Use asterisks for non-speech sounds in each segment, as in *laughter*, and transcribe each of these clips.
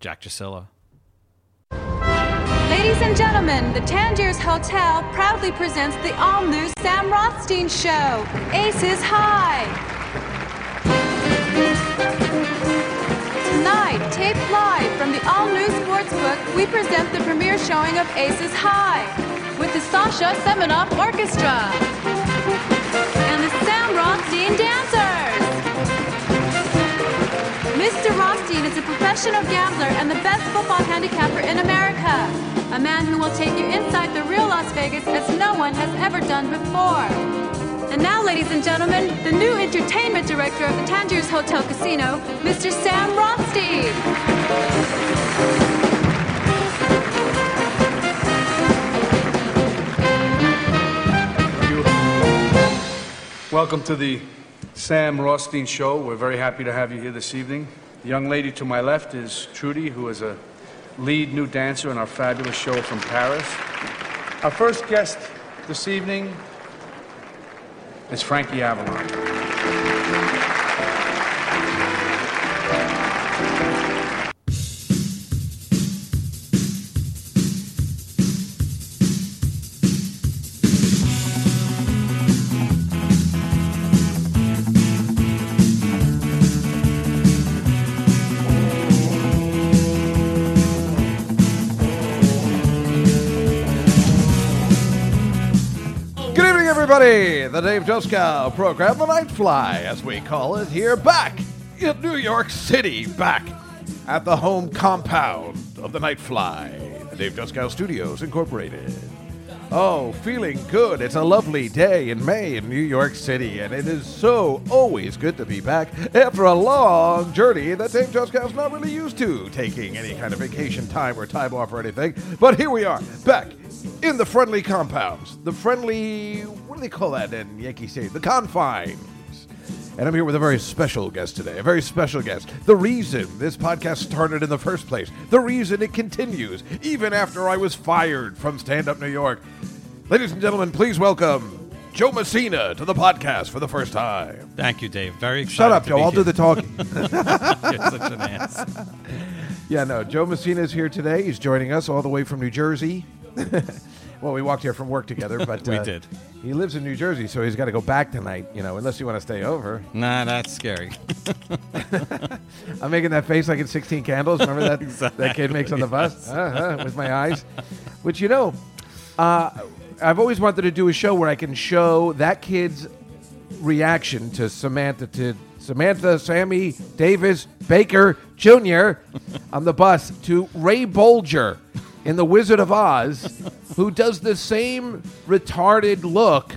Jack Drusilla. Ladies and gentlemen, the Tangiers Hotel proudly presents the all-new Sam Rothstein Show, Aces High. Tonight, taped live from the all-new Sportsbook, we present the premiere showing of Aces High with the Sasha Semenoff Orchestra and the Sam Rothstein Dancers. Mr. Rothstein is a professional gambler and the best football handicapper in America. A man who will take you inside the real Las Vegas as no one has ever done before. And now, ladies and gentlemen, the new entertainment director of the Tangiers Hotel Casino, Mr. Sam Rothstein. Welcome to the Sam Rothstein Show. We're very happy to have you here this evening. The young lady to my left is Trudy, who is a lead new dancer in our fabulous show from Paris. Our first guest this evening is Frankie Avalon. Good evening, everybody. The Dave Doskow program, The Night Fly, as we call it, here back in New York City, back at the home compound of The Night Fly, the Dave Doskow Studios Incorporated. Oh, feeling good. It's a lovely day in May in New York City, and it is so always good to be back after a long journey that Dave Juskow's not really used to taking any kind of vacation time or time off or anything. But here we are, back in the friendly compounds. The friendly, what do they call that in Yankee Stadium? The confines. And I'm here with a very special guest today, a very special guest. The reason this podcast started in the first place, the reason it continues, even after I was fired from Stand Up New York. Ladies and gentlemen, please welcome Joe Messina to the podcast for the first time. Thank you, Dave. Very excited. Shut up, to Joe. be I'll do here. the talking. *laughs* You're such an ass. Yeah, no. Joe Messina is here today. He's joining us all the way from New Jersey. *laughs* well, we walked here from work together, *laughs* but uh, We did. He lives in New Jersey, so he's got to go back tonight. You know, unless you want to stay over. Nah, that's scary. I'm making that face like in 16 Candles. Remember that that kid makes on the bus uh-huh, with my eyes, which you know, uh, I've always wanted to do a show where I can show that kid's reaction to Samantha to Samantha, Sammy, Davis, Baker Jr. on the bus to Ray Bolger in The Wizard of Oz, who does the same retarded look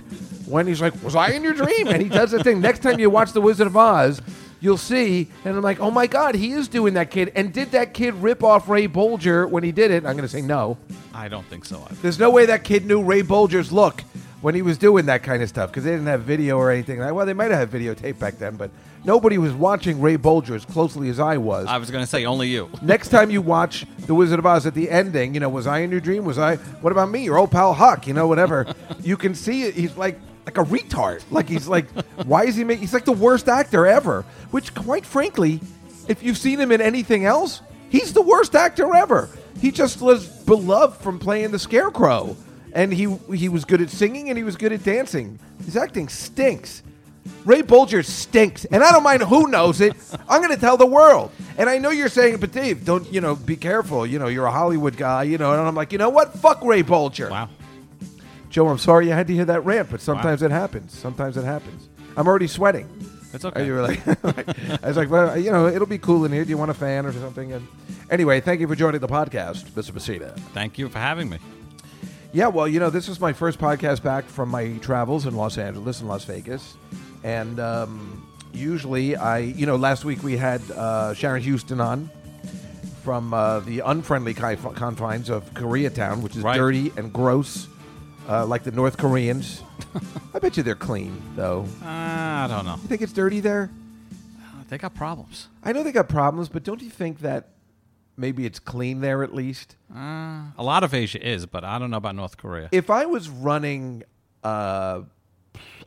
when he's like, "Was I in your dream?" and he does the thing. Next time you watch The Wizard of Oz. You'll see, and I'm like, oh my God, he is doing that kid. And did that kid rip off Ray Bolger when he did it? I'm going to say no. I don't think so. either. There's no way that kid knew Ray Bolger's look when he was doing that kind of stuff because they didn't have video or anything. Like, well, they might have had videotape back then, but nobody was watching Ray Bolger as closely as I was. I was going to say only you. Next time you watch The Wizard of Oz at the ending, you know, was I in your dream? Was I? What about me? Your old pal Huck? You know, whatever. you can see it, he's like like a retard. Like he's like, why is he making? He's like the worst actor ever. Which, quite frankly, if you've seen him in anything else, he's the worst actor ever. He just was beloved from playing the Scarecrow, and he he was good at singing and he was good at dancing. His acting stinks. Ray Bolger stinks, and I don't mind who knows it. I'm going to tell the world. And I know you're saying, but Dave, don't you know? Be careful. You know, you're a Hollywood guy. You know, and I'm like, you know what? Fuck Ray Bolger. Wow. Joe, I'm sorry you had to hear that rant, but sometimes it happens. Sometimes it happens. I'm already sweating. That's okay. And you were like, *laughs* I was like, well, you know, it'll be cool in here. Do you want a fan or something? And anyway, thank you for joining the podcast, Mr. Messina. Thank you for having me. Yeah, well, you know, this was my first podcast back from my travels in Los Angeles and Las Vegas, and um, usually I, you know, last week we had uh, Sharon Houston on from uh, the unfriendly conf- confines of Koreatown, which is Right. dirty and gross, uh, like the North Koreans. I bet you they're clean though. Uh, I don't know. You think it's dirty there? They got problems. I know they got problems, but don't you think that maybe it's clean there at least? A lot of Asia is, but I don't know about North Korea. if I was running uh,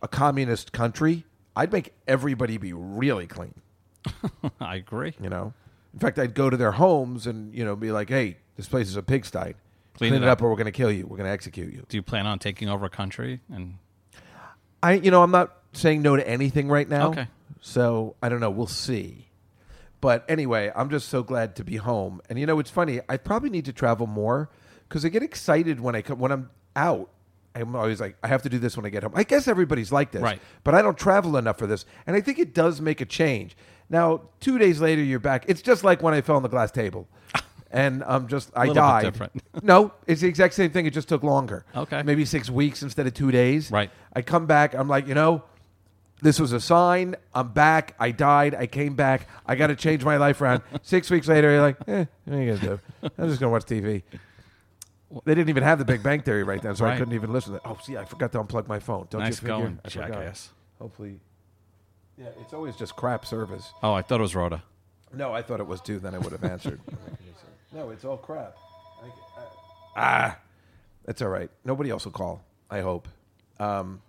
a communist country, I'd make everybody be really clean. *laughs* I agree. You know, In fact, I'd go to their homes and you know be like, "Hey, this place is a pigsty. Clean, it up, or we're going to kill you. We're going to execute you." Do you plan on taking over a country? And I, you know, I'm not saying no to anything right now. Okay. So I don't know. We'll see. But anyway, I'm just so glad to be home. And you know, it's funny. I probably need to travel more because I get excited when I come when I'm out. I'm always like, I have to do this when I get home. I guess everybody's like this, Right. but I don't travel enough for this. And I think it does make a change. Now, two days later, you're back. It's just like when I fell on the glass *laughs* table, and I'm just I Little bit died. different. no, it's the exact same thing. It just took longer. Okay. maybe six weeks instead of two days. Right. I come back. I'm like, you know, this was a sign. I'm back. I died. I came back. I got to change my *laughs* life around. Six weeks later, you're like, eh, what are you gonna do? I'm just gonna watch TV. They didn't even have the Big Bang Theory right then, so I Right. couldn't even listen to it. Oh, see, I forgot to unplug my phone. Don't Nice you figure? going, I forgot. jackass. Hopefully, yeah, it's always just crap service. oh, I thought it was Rhoda. No, I thought it was too. Then I would *laughs* have answered. no, it's all crap. I, I, ah, that's all right. Nobody else will call. I hope. Um,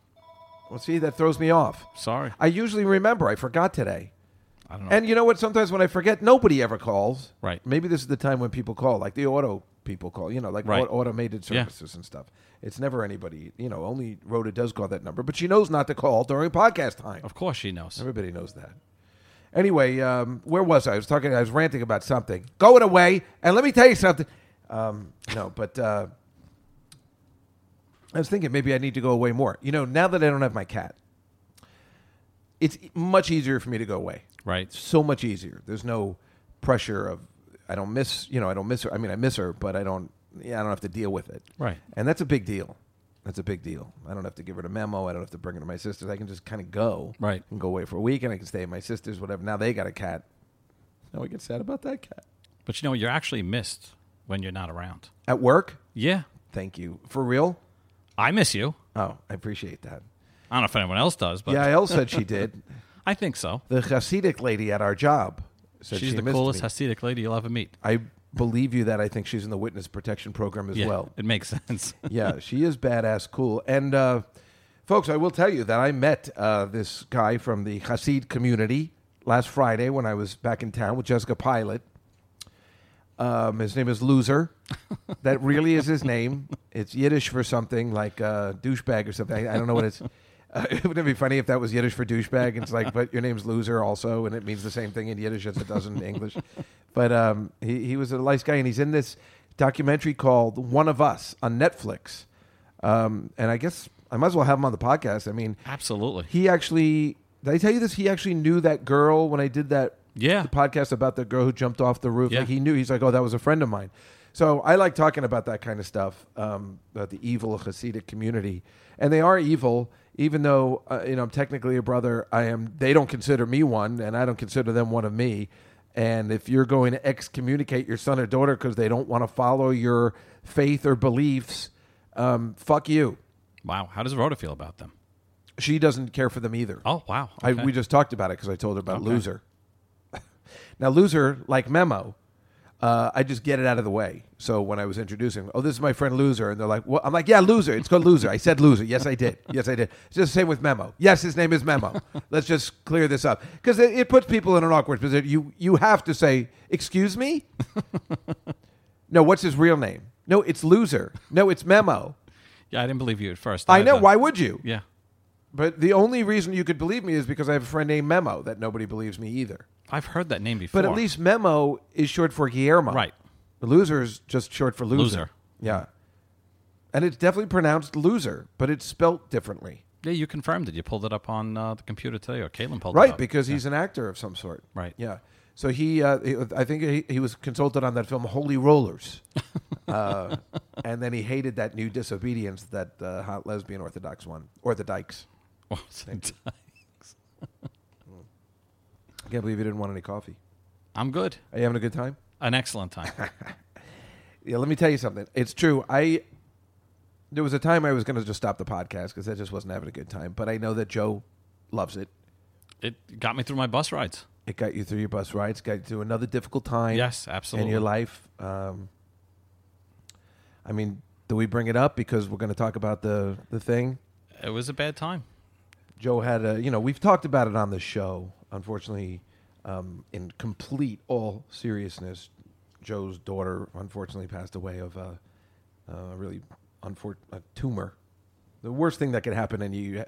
well, see, that throws me off. Sorry. I usually remember. I forgot today. I don't know. And you know what? Sometimes when I forget, nobody ever calls. Oh. Right. Maybe this is the time when people call, like the auto people call. You know, like Right. au- automated Yeah. services and stuff. It's never anybody. You know, only Rhoda does call that number, but she knows not to call during podcast time. of course she knows. Everybody knows that. Anyway, um, where was I? I was talking. I was ranting about something. Going away, and let me tell you something. Um, no, but uh, I was thinking maybe I need to go away more. You know, now that I don't have my cat, it's e- much easier for me to go away. Right. So much easier. There's no pressure of I don't miss. You know, I don't miss her. I mean, I miss her, but I don't. Yeah, I don't have to deal with it. Right. And that's a big deal. That's a big deal. I don't have to give her the memo. I don't have to bring her to my sister's. I can just kind of go. Right. And go away for a week, and I can stay at my sister's. Whatever. Now they got a cat. Now we get sad about that cat But you know, you're actually missed when you're not around. at work. Yeah. Thank you for real. I miss you. Oh, I appreciate that. I don't know if anyone else does, but Yael *laughs* said she did. I think so. The Hasidic lady at our job said She's she the missed coolest me. Hasidic lady you'll ever meet. I believe you that I think she's in the witness protection program as Yeah, well. it makes *laughs* sense. yeah, she is badass cool. And uh, folks, I will tell you that I met uh, this guy from the Hasid community last Friday when I was back in town with Jessica Pilot. Um, his name is Loser. that really is his name. It's Yiddish for something like uh, douchebag or something. I, I don't know what it's. Uh, *laughs* wouldn't it be funny if that was Yiddish for douchebag? It's like, but your name's loser also, and it means the same thing in Yiddish as it does in English. But um, he, he was a nice guy, and he's in this documentary called One of Us on Netflix. Um, and I guess I might as well have him on the podcast. I mean, Absolutely. he actually did I tell you this? He actually knew that girl when I did that Yeah. the podcast about the girl who jumped off the roof. Yeah. Like he knew he's like, Oh, that was a friend of mine. So I like talking about that kind of stuff, um, about the evil of Hasidic community. And they are evil, even though uh, you know I'm technically a brother. I am. They don't consider me one, and I don't consider them one of me. And if you're going to excommunicate your son or daughter because they don't want to follow your faith or beliefs, um, fuck you. wow. How does Rhoda feel about them? She doesn't care for them either. Oh, wow. I, Okay. we just talked about it because I told her about Okay. loser. *laughs* now, loser, like memo, uh, I just get it out of the way. So when I was introducing, oh, this is my friend loser, and they're like, well, I'm like, yeah, loser. It's called loser. I said loser. Yes, I did. Yes, I did. It's just the same with memo. Yes, his name *laughs* is memo. Let's just clear this up because it, it puts people in an awkward position. You you have to say, excuse me. *laughs* no, what's his real name? No, it's loser. No, it's memo. yeah, I didn't believe you at first. I had know. to- Why would you? Yeah. But the only reason you could believe me is because I have a friend named Memo that nobody believes me either. I've heard that name before. But at least Memo is short for Guillermo. Right. The loser is just short for loser. Loser. Yeah. And it's definitely pronounced loser, but it's spelt differently. Yeah, you confirmed it. You pulled it up on uh, the computer today, or Caitlin pulled it Right, up. *laughs* because he's an actor of some sort. Right. Yeah. So he, uh, he- I think he, he was consulted on that film *laughs* Holy Rollers, uh, and then he hated that new disobedience that uh, hot lesbian Orthodox one, or the Dykes. I can't believe he didn't want any coffee. I'm good. Are you having a good time? An excellent time. *laughs* Yeah, let me tell you something. It's true. I there was a time I was going to just stop the podcast because I just wasn't having a good time. But I know that Joe loves it. it got me through my bus rides. It got you through your bus rides. Got you through another difficult time. Yes, absolutely. In your life. Um, I mean, do we bring it up because we're going to talk about the the thing? It was a bad time. Joe had a. You know, we've talked about it on the show. Unfortunately, Um, in complete all seriousness, Joe's daughter unfortunately passed away of a, a really unfor- a tumor. The worst thing that could happen, and you,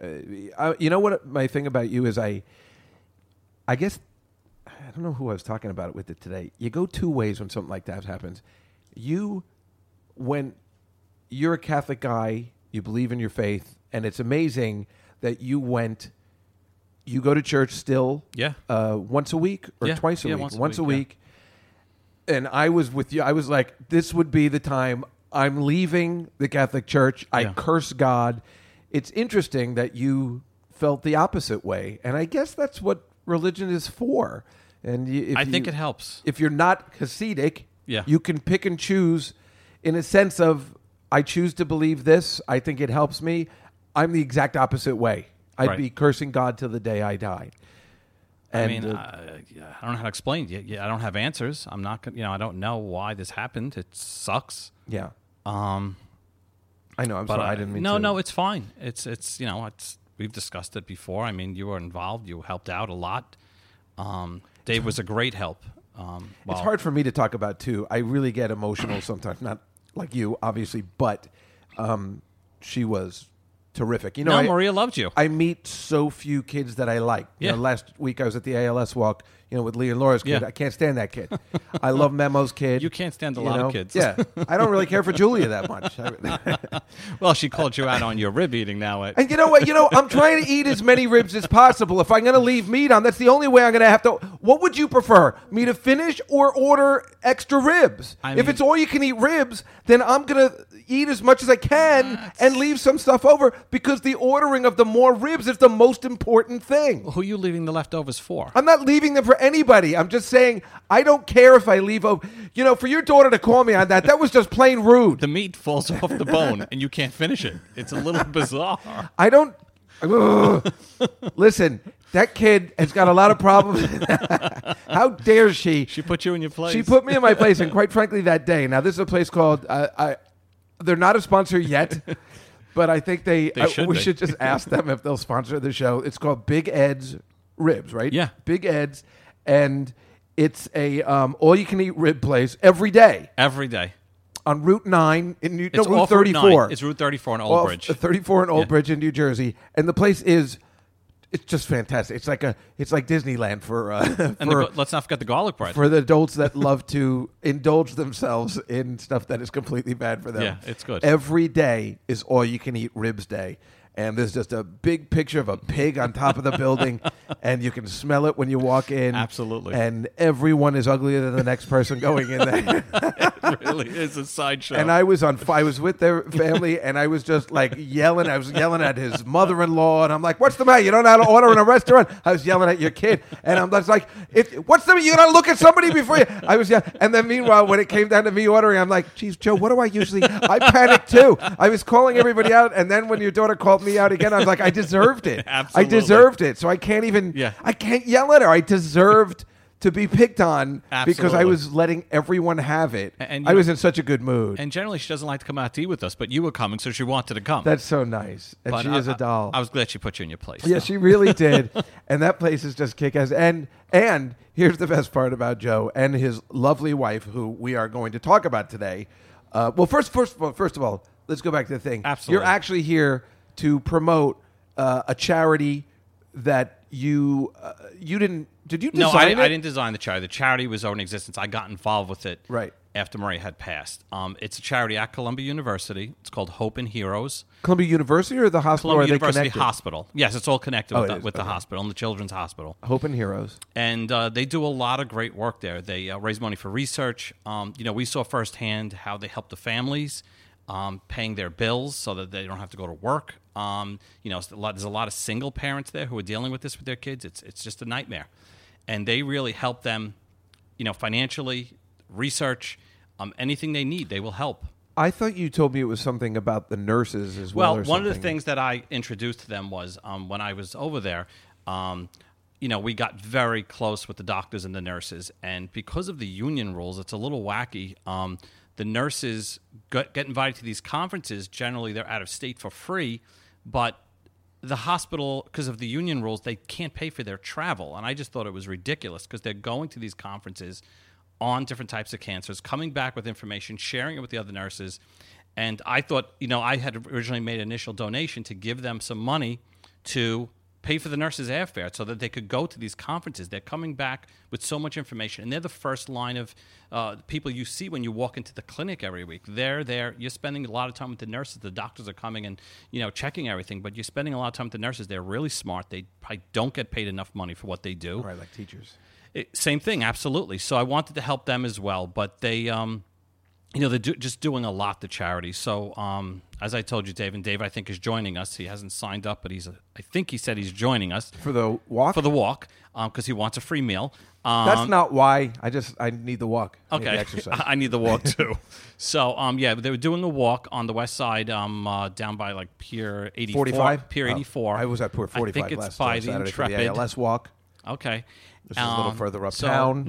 uh, I, you know what my thing about you is, I, I guess I don't know who I was talking about it with it today. You go two ways when something like that happens. You, when you're a Catholic guy, you believe in your faith, and it's amazing that you went. You go to church still, Yeah. uh, once a week or Yeah. twice a Yeah, week, once a once a week, yeah. week. And I was with you. I was like, this would be the time I'm leaving the Catholic Church. I Yeah. curse God. It's interesting that you felt the opposite way, and I guess that's what religion is for. And you, if I think you- it helps. if you're not Hasidic, Yeah. you can pick and choose in a sense of I choose to believe this. I think it helps me. I'm the exact opposite way. I'd Right. be cursing God till the day I died. I And, mean, uh, I, yeah, I don't know how to explain it. Yeah, yeah, I don't have answers. I'm not gonna, you know, I don't know why this happened. It sucks. yeah, Um, I know. I'm but sorry. I, I- didn't mean. no, to. no, it's fine. It's, it's, you know, it's, we've discussed it before. I mean, you were involved, you helped out a lot. Um, Dave was a great help. Um, it's well, hard for me to talk about too. I really get emotional sometimes. Not like you, obviously, but um, she was terrific. You know, No, I- Maria loved you. I meet so few kids that I like. You Yeah. know, last week I was at the ALS walk, you know, with Lee and Laura's kid. Yeah. I can't stand *laughs* that kid. I love Memo's kid. You can't stand a you lot of know? kids. Yeah. I don't *laughs* really care for Julia that much. *laughs* I- well, she called you out on your rib eating now. At, and you know what? You know, I'm trying to eat as many ribs as possible. If I'm going to leave meat on, that's the only way I'm going to have to. What would you prefer? Me to finish or order extra ribs? I if mean- it's all you can eat ribs, then I'm going to eat as much as I can and leave some stuff over because the ordering of the more ribs is the most important thing. who are you leaving the leftovers for? I'm not leaving them for anybody. I'm just saying I don't care if I leave a you know, for your daughter to call me on that, that was just plain rude. the meat falls off the bone and you can't finish it. It's a little bizarre. I don't *sighs* Ugh. listen, that kid has got a lot of problems. *laughs* How dare she? She put you in your place. She put me in my *laughs* place, and quite frankly, that day. Now, this is a place called uh, I. They're not a *laughs* sponsor yet, but I think they. They I- should we be. *laughs* should just ask them if they'll sponsor the show. It's called Big Ed's Ribs, right? Yeah. Big Ed's, and it's a um, all-you-can-eat rib place every day every day. on Route Nine in New no, It's Route off Route 9. Thirty-Four. It's Route 34 in Old Off Bridge. 34 in Old Yeah. Bridge in New Jersey, and the place is. It's just fantastic. It's like a, it's like Disneyland for uh, *laughs* and for the, go- let's not forget the garlic bread. for the adults that love to indulge themselves in stuff that is completely bad for them. Yeah, it's good. Every day is all you can eat ribs day. And there's just a big picture of a pig on top of the *laughs* building, and you can smell it when you walk in. Absolutely. And everyone is uglier than the next person going in there. *laughs* it really is a sideshow. and I was on. fi- I was with their family, and I was just like yelling. I was yelling at his mother-in-law, and I'm like, "What's the matter? You don't know how to order in a restaurant?" I was yelling at your kid, and I'm just like, "If what's the you gotta look at somebody before you?" I was yelling, and then meanwhile, when it came down to me ordering, I'm like, "Geez, Joe, what do I usually?" I panicked too. I was calling everybody out, and then when your daughter called me out again, I was like, "I deserved it. Absolutely. I deserved it." So I can't even. Yeah. I can't yell at her. I deserved. To be picked on because I Absolutely. was letting everyone have it. A- and I you- was in such a good mood. and generally, she doesn't like to come out to eat with us, but you were coming, so she wanted to come. That's so nice. And But she I- is a doll. I, I was glad she put you in your place. yeah, though. she really did. *laughs* and that place is just kick ass. And and here's the best part about Joe and his lovely wife, who we are going to talk about today. Uh, well, first, first, of all- first of all, let's go back to the thing. Absolutely. you're actually here to promote uh, a charity that you uh, you didn't. Did you No, design I, it? I didn't design the charity. The charity was already in existence. I got involved with it Right. after Murray had passed. Um, it's a charity at Columbia University. It's called Hope and Heroes. Columbia University or the hospital? or are Columbia they University connected? Hospital. Yes, it's all connected Oh, with, it the, is. with the Okay. hospital and the Children's Hospital. Hope and Heroes. and uh, they do a lot of great work there. They uh, raise money for research. Um, you know, we saw firsthand how they help the families um, paying their bills so that they don't have to go to work. Um, you know, it's a lot- there's a lot of single parents there who are dealing with this with their kids. It's it's just a nightmare, and they really help them. You know, financially, research, um, anything they need, they will help. I thought you told me it was something about the nurses as well. Well, or one of the something. things that I introduced to them was um, when I was over there, um, you know, we got very close with the doctors and the nurses. And because of the union rules, it's a little wacky. Um, the nurses get, get invited to these conferences. Generally, they're out of state for free, but the hospital, because of the union rules, they can't pay for their travel. And I just thought it was ridiculous because they're going to these conferences on different types of cancers, coming back with information, sharing it with the other nurses. And I thought, you know, I had originally made an initial donation to give them some money to pay for the nurses' airfare so that they could go to these conferences. They're coming back with so much information, and they're the first line of uh, people you see when you walk into the clinic every week. They're there. You're spending a lot of time with the nurses. The doctors are coming and you know checking everything, but you're spending a lot of time with the nurses. They're really smart. They probably don't get paid enough money for what they do. Right, like teachers. It, Eh, same thing, absolutely. So I wanted to help them as well, but they. Um, you know, they're do, just doing a lot to charity. So, um, as I told you, Dave, and Dave, I think, is joining us. He hasn't signed up, but he's, a, I think he said he's joining us For the walk? for the walk because he wants a free meal. Um, That's not why. I just, I need the walk. I need the *laughs* okay. exercise. I need the *laughs* walk too. so, um, yeah, they were doing a walk on the west side, um, uh, down by like Pier 84. 45? Pier Oh, 84. I was at Pier 45 I think last it's by uh, the Saturday Intrepid. for the ALS walk. Okay. This is a little Um, further so- uptown.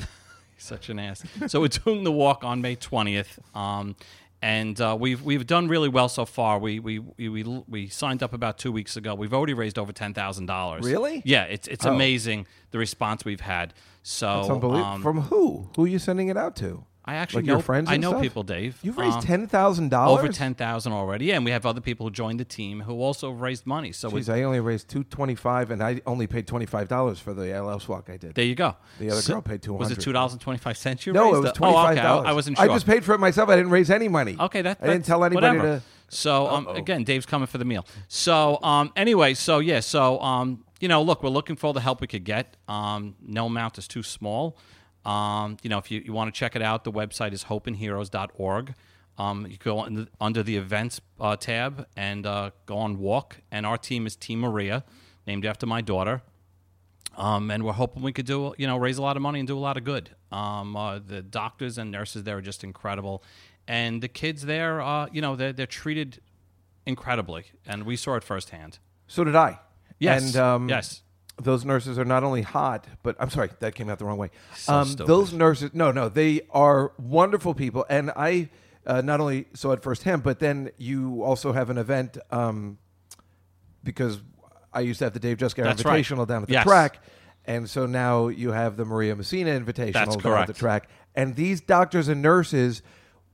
Such an ass. So we're *laughs* doing the walk on May twentieth, um, and uh, we've we've done really well so far. We we we we, we signed up about two weeks ago. We've already raised over ten thousand dollars. Really? Yeah, it's it's Oh. amazing the response we've had. So It's unbelievable. um, From who? Who are you sending it out to? I actually like know your friends. I and know stuff? people, Dave. You've raised Um, ten thousand dollars. over ten thousand already. Yeah, and we have other people who joined the team who also raised money. So we, Jeez, I only raised two twenty-five, and I only paid twenty-five dollars for the ALS walk I did. there you go. The other girl paid Was it $200. two dollars and twenty five cents? You no, raised it was Oh, okay. twenty-five dollars. I, I wasn't sure. I just paid for it myself. I didn't raise any money. Okay, that, I didn't that's- tell anybody whatever. to. So um, again, Dave's coming for the meal. So um, anyway, so yeah, so um, you know, look, we're looking for all the help we could get. Um, no amount is too small. Um, you know, if you, you want to check it out, the website is hopeandheroes.org. Um, you go on the, under the events uh, tab and uh, go on walk. And our team is Team Maria, named after my daughter. Um, and we're hoping we could do, you know, raise a lot of money and do a lot of good. Um, uh, the doctors and nurses there are just incredible, and the kids there, uh, you know, they're they're treated incredibly, and we saw it firsthand. So did I. Yes, And um, yes. those nurses are not only hot, but I'm sorry, that came out the wrong way. So um, stupid. those nurses, no, no, they are wonderful people, and I uh, not only saw it firsthand, but then you also have an event um, because I used to have the Dave Jessica That's right. Invitational down at the Yes. track, and so now you have the Maria Messina Invitational That's down at correct. the track, and these doctors and nurses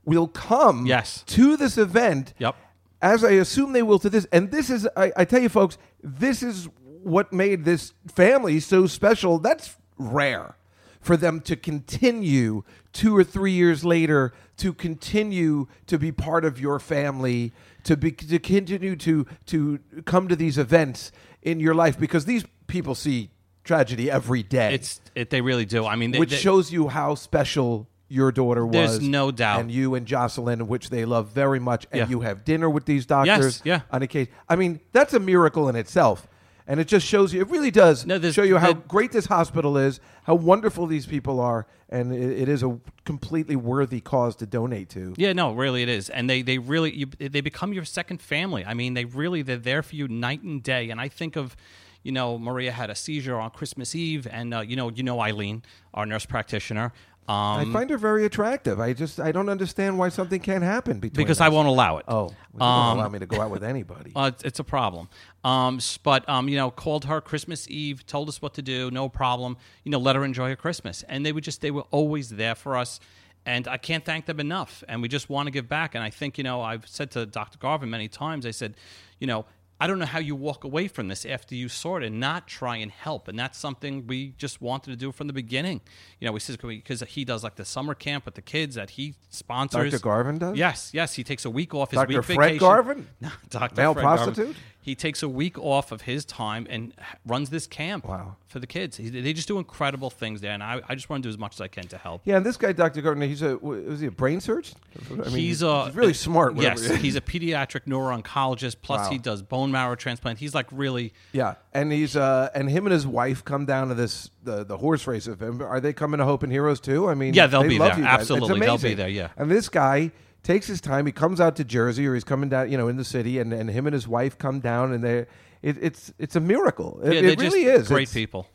will come Yes. to this event Yep. as I assume they will to this. And this is, I, I tell you, folks, this is what made this family so special. That's rare for them to continue two or three years later to continue to be part of your family, to be to continue to to come to these events in your life because these people see tragedy every day, It's it, they really do. I mean, they, which they- shows you how special. Your daughter was. There's no doubt. And you and Jocelyn, which they love very much, and Yeah. you have dinner with these doctors Yes, yeah. on occasion. I mean, that's a miracle in itself. And it just shows you, it really does No, there's- show you how the- great this hospital is, how wonderful these people are, and it, it is a completely worthy cause to donate to. Yeah, no, really, it is, and they they really you, they become your second family. I mean, they really they're there for you night and day. And I think of, you know, Maria had a seizure on Christmas Eve, and uh, you know, you know, Eileen, our nurse practitioner. Um, I find her very attractive. I just, I don't understand why something can't happen between because us. I won't Um, allow it. Oh, well, you don't allow me to go out with anybody. Uh, it's, it's a problem. Um, s- but um, you know, called her Christmas Eve, told us what to do, no problem. You know, let her enjoy her Christmas, and they would just they were always there for us. And I can't thank them enough. And we just want to give back. And I think you know, I've said to Dr. Garvin many times. I said, you know. I don't know how you walk away from this after you sort and not try and help. And that's something we just wanted to do from the beginning. You know, we says because he does like the summer camp with the kids that he sponsors. Dr. Garvin does? Yes, yes. He takes a week off his Dr. week Fred vacation. Garvin? No, *laughs* Dr. Male Fred Garvin. prostitute? He takes a week off of his time and h- runs this camp Wow. for the kids. He, they just do incredible things there, and I, I just want to do as much as I can to help. Yeah, and this guy, Dr. Gardner, he's a, was he a brain surgeon? I mean, he's a really smart. whatever Yes, he is. he's a pediatric neuro-oncologist. Plus, Wow. he does bone marrow transplant. He's like really *laughs* Yeah, and he's uh, and him and his wife come down to this the, the horse race of him. Are they coming to Hope and Heroes too? I mean, Yeah, they'll they be love there. you guys. It's Absolutely, they'll be amazing. there, yeah. and this guy takes his time. He comes out to Jersey, or he's coming down, you know, in the city, and, and him and his wife come down, and they it, it's it's a miracle. It, yeah, it they're really just is great It's- people.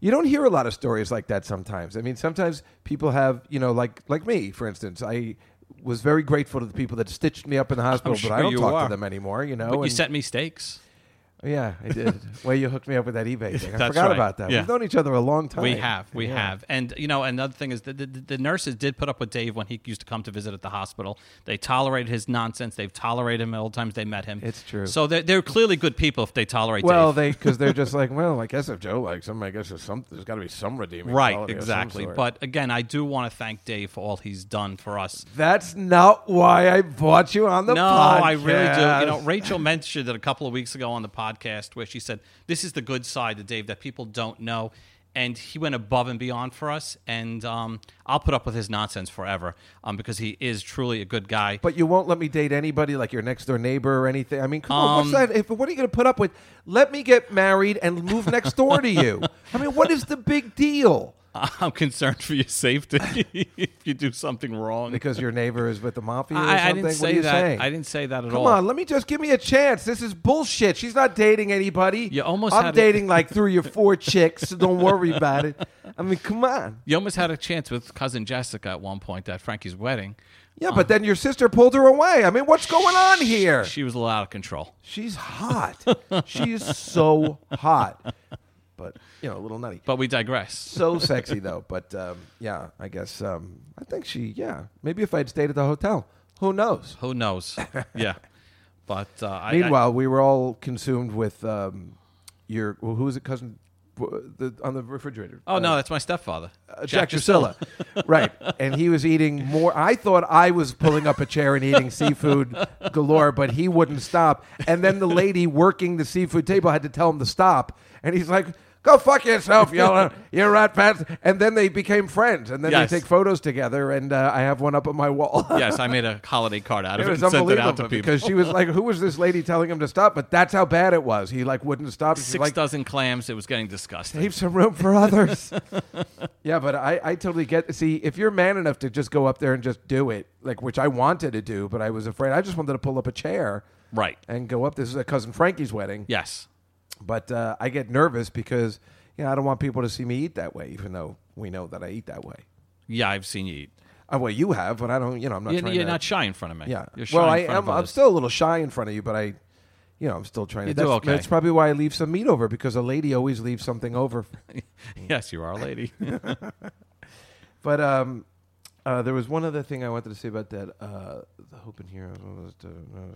you don't hear a lot of stories like that sometimes. I mean, sometimes people have, you know, like like me, for instance. I was very grateful to the people that stitched me up in the hospital, sure but I don't you talk are. to them anymore. You know, But you and- sent me steaks. Yeah, I *laughs* did. well, you hooked me up with that eBay thing. I That's forgot right. about that. Yeah. We've known each other a long time. We have, we Yeah. have, and you know, another thing is that the, the, the nurses did put up with Dave when he used to come to visit at the hospital. They tolerated his nonsense. They've tolerated him all the times they met him. It's true. So they're, they're clearly good people if they tolerate. Well, Dave. they because they're just like, well, I guess if Joe likes him, I guess there's some. There's got to be some redeeming. right, quality of some exactly. sort. But again, I do want to thank Dave for all he's done for us. that's not why I bought you on the no, podcast. I really do. You know, Rachel mentioned it a couple of weeks ago on the podcast where she said, This is the good side of Dave that people don't know. And he went above and beyond for us. And um, I'll put up with his nonsense forever um, because he is truly a good guy. But you won't let me date anybody like your next door neighbor or anything. I mean, come on, what's Um, that? If, what are you going to put up with? Let me get married and move next door *laughs* to you. I mean, what is the big deal? *laughs* I'm concerned for your safety *laughs* if you do something wrong. Because your neighbor is with the mafia or I, I something? didn't what are say you that. saying? I didn't say that at Come all. on, let me just give me a chance. This is bullshit. She's not dating anybody. You almost I'm had it. dating like three or four chicks, so don't worry about it. I mean, come on. You almost had a chance with cousin Jessica at one point at Frankie's wedding. Yeah, but then your sister pulled her away. I mean, what's going on here? Uh. She was a little out of control. She's hot. she is so hot. But, you know, a little nutty. But we digress. so sexy though. But um, yeah, I guess um, I think she. Yeah, maybe if I'd stayed at the hotel, who knows? Who *laughs* knows? Yeah. But uh, I- I, Meanwhile, we were all consumed with um, your well, who was it, cousin? w- The, on the refrigerator. Oh Uh, no, that's my stepfather, uh, Jack, Drusilla. *laughs* right. And he was eating more. I thought I was pulling up a chair and eating seafood galore, but he wouldn't stop. And then the lady working the seafood table had to tell him to stop. And he's like, Go fuck *laughs* yourself, y'all. You're rat pants. And then they became friends. And then Yes. they take photos together. And uh, I have one up on my wall. *laughs* yes, I made a holiday card out of It it, was and sent it unbelievable out to people. because she was like, "Who was this lady telling him to stop?" But that's how bad it was. He like wouldn't stop. She's Six like, dozen clams. It was getting disgusting. Leave some room for others. *laughs* yeah, but I, I totally get. See, if you're man enough to just go up there and just do it, like which I wanted to do, but I was afraid. I just wanted to pull up a chair, Right. and go up. This is a cousin Frankie's wedding, yes. but uh, I get nervous because you know I don't want people to see me eat that way, even though we know that I eat that way. Yeah, I've seen you eat. Uh, well, you have, but I don't. You know, I'm not. You're, trying you're to, not shy in front of me. Yeah. You're shy well, in I front am. of I'm others. still a little shy in front of you, but I, you know, I'm still trying to. You do that's, okay. that's probably why I leave some meat over because a lady always leaves something over. yes, you are a *laughs* lady. But um, uh, there was one other thing I wanted to say about that. Uh, the hope and heroes. what was the-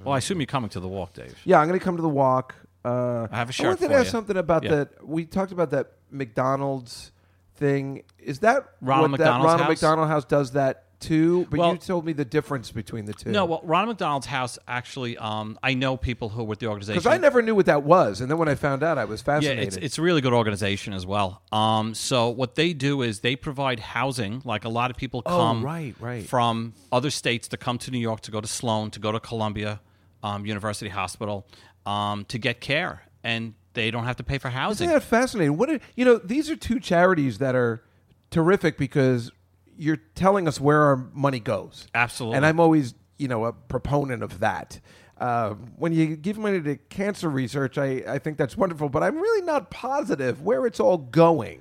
well, I assume you're coming to the walk, Dave. yeah, I'm going to come to the walk. Uh, I have a I shirt wanted for to ask you. something about Yeah. that. We talked about that McDonald's thing. Is that Ronald what that McDonald's Ronald house? McDonald House does that too? But Well- you told me the difference between the two. No, well, Ronald McDonald's house actually. Um, I know people who were at the organization because I never knew what that was, and then when I found out, I was Yeah, fascinated. it's, it's a really good organization as well. Um, so what they do is they provide housing. Like a lot of people come Oh, right, right. from other states to come to New York to go to Sloan to go to Columbia um, University Hospital um, to get care, and they don't have to pay for housing. Isn't that fascinating? What are, you know, these are two charities that are terrific because you're telling us where our money goes. Absolutely. And I'm always, you know, a proponent of that. Uh, when you give money to cancer research, I, I think that's wonderful, but I'm really not positive where it's all going.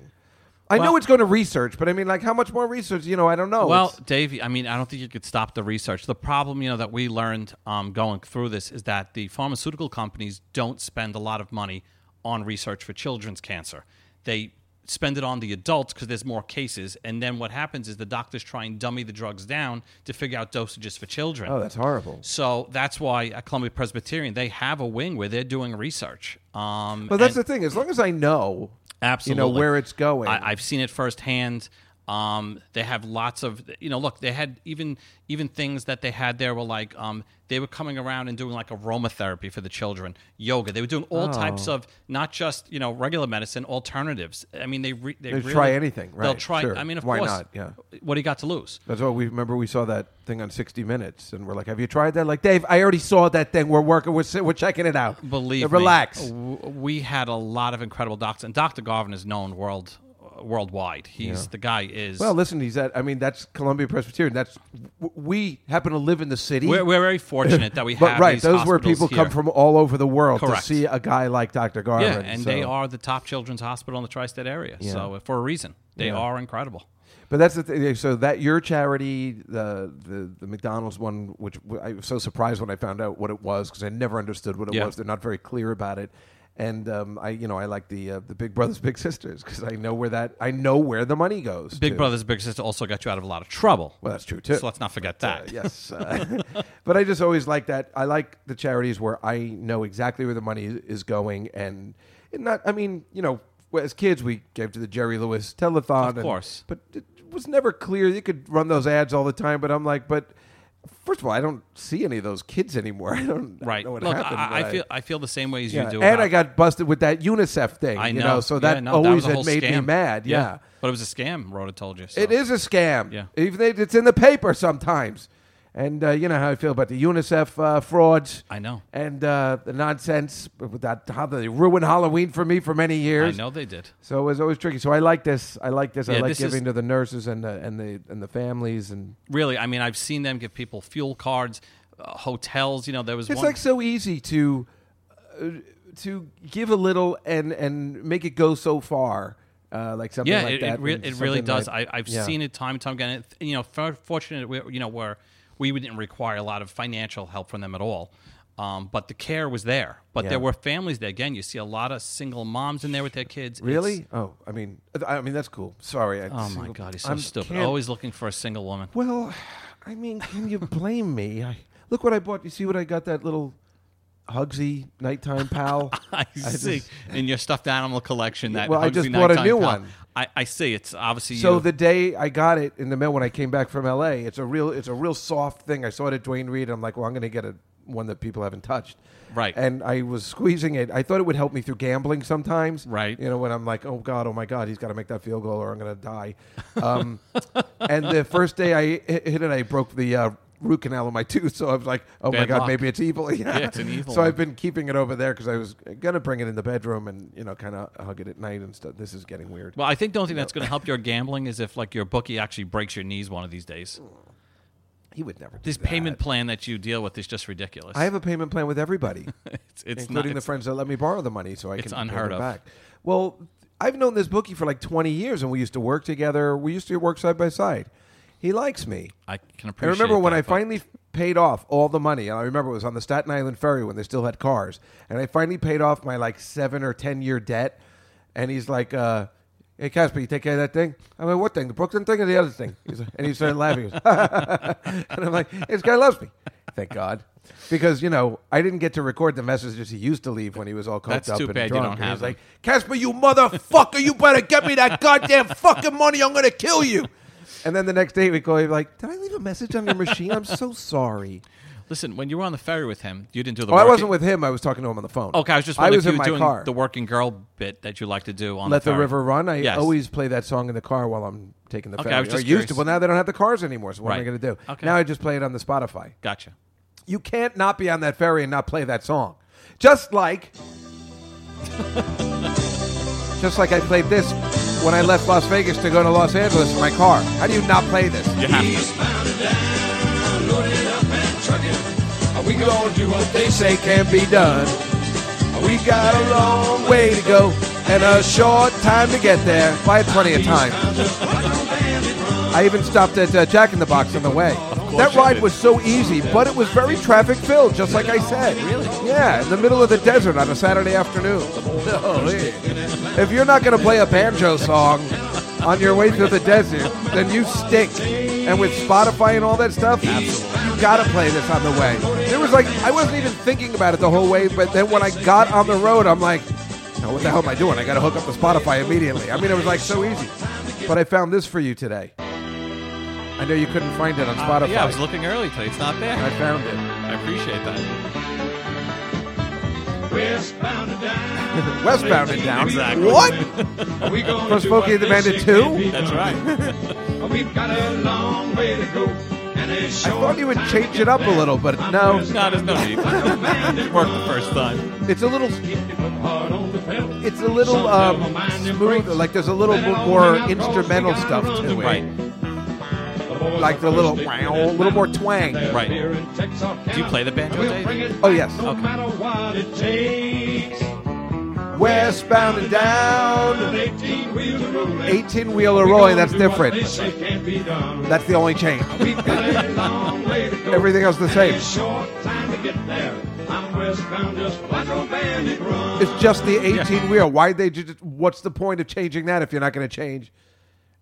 I know Well- it's going to research, but I mean, like, how much more research? You know, I don't know. Well, It's- Dave, I mean, I don't think you could stop the research. The problem, you know, that we learned um, going through this is that the pharmaceutical companies don't spend a lot of money on research for children's cancer. They spend it on the adults because there's more cases, and then what happens is the doctors try and dummy the drugs down to figure out dosages for children. oh, that's horrible. so that's why at Columbia Presbyterian they have a wing where they're doing research. Um, But that's and- the thing. As long as I know, Absolutely. you know, where it's going. I, I've seen it firsthand. Um, they have lots of, you know, look, they had even even things that they had there were like um, they were coming around and doing like aromatherapy for the children, yoga. They were doing all types Oh. of not just you know regular medicine, alternatives. I mean, they re- they They'd really, try anything, They'll right, try. sure. I mean, of Why course, not? Yeah. What do you got to lose? That's why we remember we saw that thing on 60 Minutes, and we're like, "Have you tried that?" Like, Dave, I already saw that thing. We're working. We're si- we're checking it out. Believe Uh, me, Oh, relax. w- we had a lot of incredible doctors, and Dr. Garvin is known world worldwide. He's the guy is Well, listen, he's at. I mean, that's Columbia Presbyterian. That's w- we happen to live in the city. We're, we're very fortunate that we *laughs* but have right, these those where hospitals people here. come from all over the world Correct. to see a guy like Dr. Garvin. Yeah, and they so- are the top children's hospital in the tri-state area. So uh, for a reason, they Yeah. are incredible. But that's the thing. So that your charity, the the, the McDonald's one, which w- I was so surprised when I found out what it was because I never understood what it Yeah. was. They're not very clear about it. And um, I, you know, I like the uh, the Big Brothers Big Sisters because I know where that I know where the money goes. Big to. Brothers Big Sister also got you out of a lot of trouble. Well, that's true too. So let's not forget Uh, *laughs* that. yes, uh, *laughs* but I just always like that. I like the charities where I know exactly where the money is- is going, and it not. I mean, you know, as kids we gave to the Jerry Lewis telethon, Of and- course. but it was never clear. You could run those ads all the time, but I'm like, but first of all, I don't see any of those kids anymore. *laughs* I don't I Right. know what Look, happened. I, but I feel I feel the same way as yeah. you do. and about- I got busted with that UNICEF thing. I you know. so Yeah, that no, always was a had whole made me scam. mad. yeah. But it was a scam. Rhoda told you. so. It is a scam. Yeah. Even if it's in the paper sometimes. And uh, you know how I feel about the UNICEF uh, frauds. I know. And uh, the nonsense with that how they ruined Halloween for me for many I years. know they did. So it was always tricky. So I like this. I like this. I Yeah, like this giving is- to the nurses and the and the and the families and Really, I mean, I've seen them give people fuel cards, uh, hotels. You know, there was it's one. like so easy to uh, to give a little and and make it go so far. Uh, like something yeah, like it, that. it, re- and it really does. something like- I, I've Yeah. seen it time and time again. It, you know, for, fortunate we, you know where we didn't require a lot of financial help from them at all. Um, but the care was there. But Yeah. there were families there. Again, you see a lot of single moms in there with their kids. It's- Really? oh, I mean, I mean that's cool. Sorry. I oh my God, he's so I'm- stupid. can't- Always looking for a single woman. Well, I mean, can you blame me? I, look what I bought. You see what I got? That little Hugsy nighttime pal. *laughs* *laughs* I, see just- in your stuffed animal collection that Well, I Hugsy just bought a Nighttime new Pal. one. I, I see. It's obviously so you. the day I got it in the mail when I came back from L.A., it's a real, it's a real soft thing. I saw it at Dwayne Reed. And I'm like, well, I'm going to get a one that people haven't touched. Right. And I was squeezing it. I thought it would help me through gambling sometimes. Right. You know, when I'm like, oh god, oh my god, he's got to make that field goal or I'm going to die. Um, *laughs* and the first day I hit hit it, I broke the. Uh, root canal in my *laughs* tooth so i was like oh my Bad god luck. maybe it's evil *laughs* yeah, it's an evil so one. i've been keeping it over there because i was gonna bring it in the bedroom and you know kind of hug it at night and stuff this is getting weird well, I think the only thing that's going to help your gambling is if like your bookie actually breaks your knees one of these days. He would never. Do This Oh, that. payment plan that you deal with is just ridiculous. I have a payment plan with everybody, it's, *laughs* it's including not, the it's- friends that let me borrow the money, so I it's can pay unheard them of. back. Well, I've known this bookie for like twenty years, and we used to work together. We used to work side by side. He likes me. I can I appreciate. remember when that, I but- finally paid off all the money, and I remember it was on the Staten Island ferry when they still had cars, and I finally paid off my like seven or ten year debt, and he's like, uh, "Hey, Casper, you take care of that thing?" I'm like, "What thing? The Brooklyn thing or the other thing?" He's like- and he started *laughs* laughing, *laughs* He goes, and I'm like, "This guy loves me, thank God." Because you know, I didn't get to record the messages he used to leave when he was all coked That's up too and bad you drunk. don't And have he's them. like, Casper, you motherfucker, you better get me that goddamn fucking money. I'm gonna kill you. And then the next day we call you like, did I leave a message on your machine? I'm so sorry. listen when you were on the ferry with him, you didn't do the. Oh, I working- wasn't with him. I was talking to him on the phone. Okay, I was just. I wondering was if in you were my doing car. The working girl bit that you like to do on Let the, the ferry. river run. I Yes. always play that song in the car while I'm taking the Okay, ferry. I was just or used curious. to. Well, now they don't have the cars anymore. So what am I Right. going to do? Okay. Now I just play it on the Spotify. Gotcha. You can't not be on that ferry and not play that song. Just like *laughs* Just like I played this when I left Las Vegas to go to Los Angeles in my car. How do you not play this? You have to. We gonna do what they say can be done. We got a long way to go and a short time to get there. By plenty of time. I even stopped at uh, Jack in the Box on the way. That ride was so easy, but it was very traffic filled, just like I said. Really? Yeah, in the middle of the desert on a Saturday afternoon. *laughs* No, hey. if you're not gonna play a banjo song on your way through the desert, then you stink. And with Spotify and all that stuff, you gotta play this on the way. It was like I wasn't even thinking about it the whole way, but then when I got on the road, I'm like, now what the hell am I doing? I gotta hook up to Spotify immediately. I mean, it was like so easy. But I found this for you today. I know you couldn't find it on Uh, Spotify. Yeah, I was looking early today. It's not I there. found it. I appreciate that. Westbound and down. Exactly. What? From Smokey and the Bandit 2? *laughs* That's right. We've got a long way to go. And a I short thought you would time change to it up a get little, but no. No, there's no need. Worked the first time. It's a little, back. Keep it hard on the pedal. it's a little Some um, never mind them smooth. brakes. Like there's a little bit more instrumental stuff to it. Right. Like the little, a little more twang. Right. Here in Texarkana. Do you play the banjo, We'll Dave? bring it Oh, back yes. No Okay. matter what it takes. Westbound and down. 18 wheels are rolling. 18 wheeler Roy, that's different. different. That's the only change. We've got a long way to go. Everything else the and same. a short time to get there. I'm westbound, just watch old bandit run. It's just the 18 wheel. Why they just? What's the point of changing that if you're not going to change?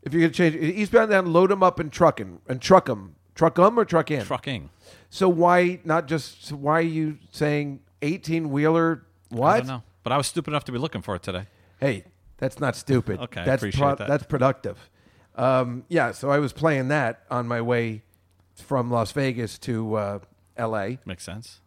If you're going to change eastbound down, load them up and truck 'em and truck them, truck 'em or truck in. Trucking. So why not just? so why are you saying 18 wheeler? What? I don't know. But I was stupid enough to be looking for it today. Hey, that's not stupid. Okay, I that's appreciate that. That's productive. Um, yeah, so I was playing that on my way from Las Vegas to uh, L.A. Makes sense.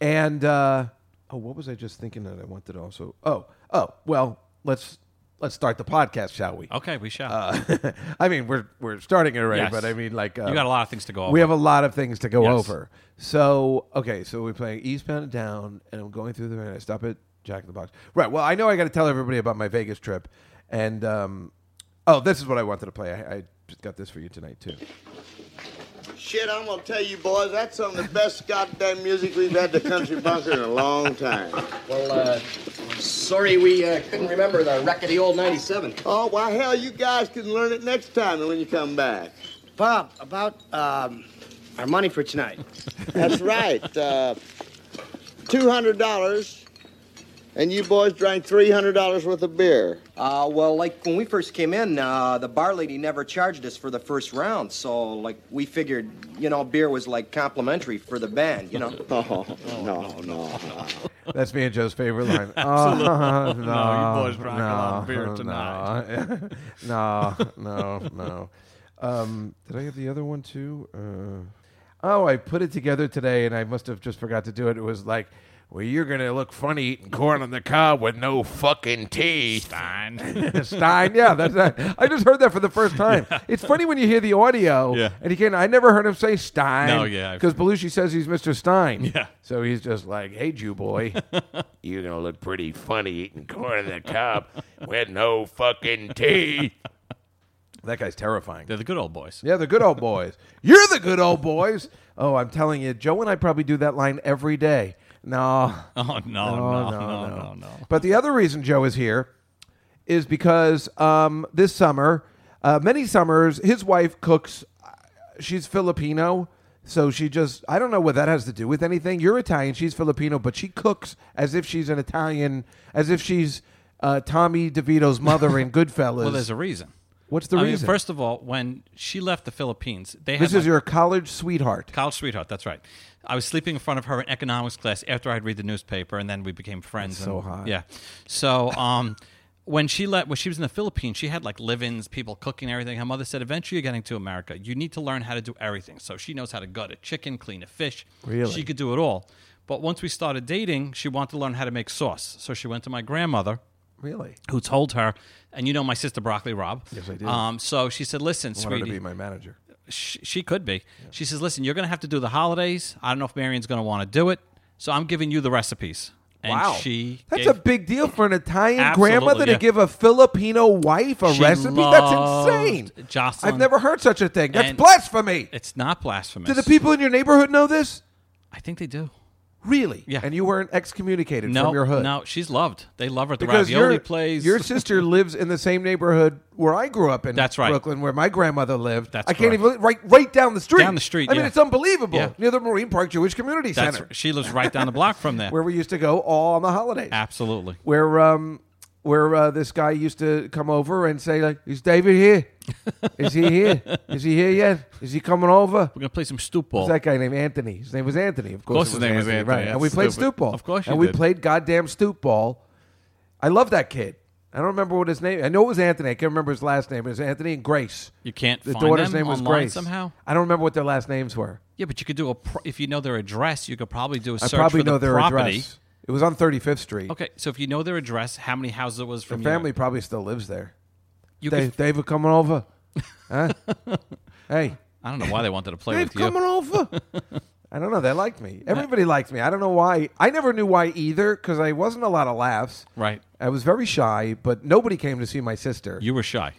And uh, oh, what was I just thinking that I wanted also? Oh, oh, well, let's let's start the podcast, shall we? Okay, we shall. Uh, *laughs* I mean, we're we're starting it already, Yes. but I mean, like uh, You got a lot of things to go over. We have a lot of things to go Yes. over. So okay, so we're playing Eastbound and Down, and I'm going through the and I stop at Jack in the Box. Right. Well, I know I got to tell everybody about my Vegas trip, and um, oh, this is what I wanted to play. I, I just got this for you tonight too. Shit, I'm gonna tell you boys, that's some of the best goddamn music we've had the country bunker in a long time. Well, uh, sorry we uh, couldn't remember the wreck of the old 97. Oh, why hell, you guys can learn it next time when you come back. Bob, about um, our money for tonight. That's right. Uh, $200, and you boys drank $300 worth of beer. Uh, well, like when we first came in, uh, the bar lady never charged us for the first round, so like we figured, you know, beer was like complimentary for the band, you know. Oh, *laughs* no, no, no. That's me and Joe's favorite *laughs* line. Uh, no, No, you boys drank a lot of beer no, tonight. *laughs* No, no, no. Um, did I have the other one too? Uh, oh, I put it together today, and I must have just forgot to do it. It was like, well, you're gonna look funny eating corn on the cob with no fucking teeth. Fine. *laughs* Stein, yeah, that's that. I just heard that for the first *laughs* time. It's funny when you hear the audio, Yeah. and again, I never heard him say Stein. No, yeah, I've- because Belushi says he's Mr. Stein. *laughs* Yeah. so he's just like, "Hey, *laughs* Jew boy." You're gonna look pretty funny eating corn in the cob with no fucking teeth. That guy's terrifying. They're the good old boys. Yeah, the good old boys. You're the good old boys. Oh, I'm telling you, Joe and I probably do that line every day. No, *laughs* Oh, no, no, no, no, no, no. But the other reason Joe is here is because um, this summer, uh, many summers, his wife cooks. uh, She's Filipino, so she just, I don't know what that has to do with anything. You're Italian, she's Filipino, but she cooks as if she's an Italian, as if she's uh, Tommy DeVito's *laughs* mother in Goodfellas. Well, there's a reason. What's the I reason? Mean, first of all, when she left the Philippines, they had this is my- your college sweetheart. college sweetheart. That's right. I was sleeping in front of her in economics class after I'd read the newspaper, and then we became friends. so and- hot. Yeah. So um, when she let when she was in the Philippines, she had like live-ins, people cooking and everything. Her mother said, "Eventually, you're getting to America. You need to learn how to do everything." So she knows how to gut a chicken, clean a fish. Really? She could do it all. But once we started dating, she wanted to learn how to make sauce. So she went to my grandmother Really? who told her, and you know my sister Broccoli Rob. Yes, I do. Um, so she said, "Listen, wanted sweetie, to be my manager. she, she could be." She says, "Listen, you're going to have to do the holidays. I don't know if Marion's going to want to do it, so I'm giving you the recipes." And she That's gave- a big deal for an Italian Absolutely, grandmother yeah. to give a Filipino wife a She recipe. That's loved insane. Jocelyn. I've never heard such a thing. That's And- blasphemy. It's not blasphemous. Do the people in your neighborhood know this? I think they do. Really? Yeah. And you weren't excommunicated No, from your hood. no, she's loved. They love her. The Because ravioli your, plays. *laughs* your sister lives in the same neighborhood where I grew up in That's right. Brooklyn, where my grandmother lived. That's I can't correct. even right right down the street. Down the street, I mean, yeah. it's unbelievable. Yeah. Near the Marine Park Jewish Community That's- Center, she lives right down the block from *laughs* there. where we used to go all on the holidays. Absolutely. where um where uh, this guy used to come over and say like, "Is David here? Is he here? Is he here yet? Is he coming over?" We're going to play some stoop ball. It's that guy named Anthony. His name was Anthony. Of course course, it his name was Anthony. Right, and we That's played stupid. stoop ball. Of course you and we did. played goddamn stoop ball. I love that kid. I don't remember what his name. I know it was Anthony. I can't remember his last name. It was Anthony and Grace. You can't The find daughter's them name was online Grace. somehow? I don't remember what their last names were. yeah, but you could do a pro- if you know their address, you could probably do a search I probably for the know their property. address. It was on Thirty Fifth Street. Okay, so if you know their address, how many houses it was The from your- family probably still lives there. you Dave, could, David coming *laughs* over. Huh? hey, I don't know why they wanted to play Dave with you. coming over. *laughs* I don't know. They liked me. Everybody liked me. I don't know why. I never knew why either because I wasn't a lot of laughs. Right. I was very shy, but nobody came to see my sister. You were shy.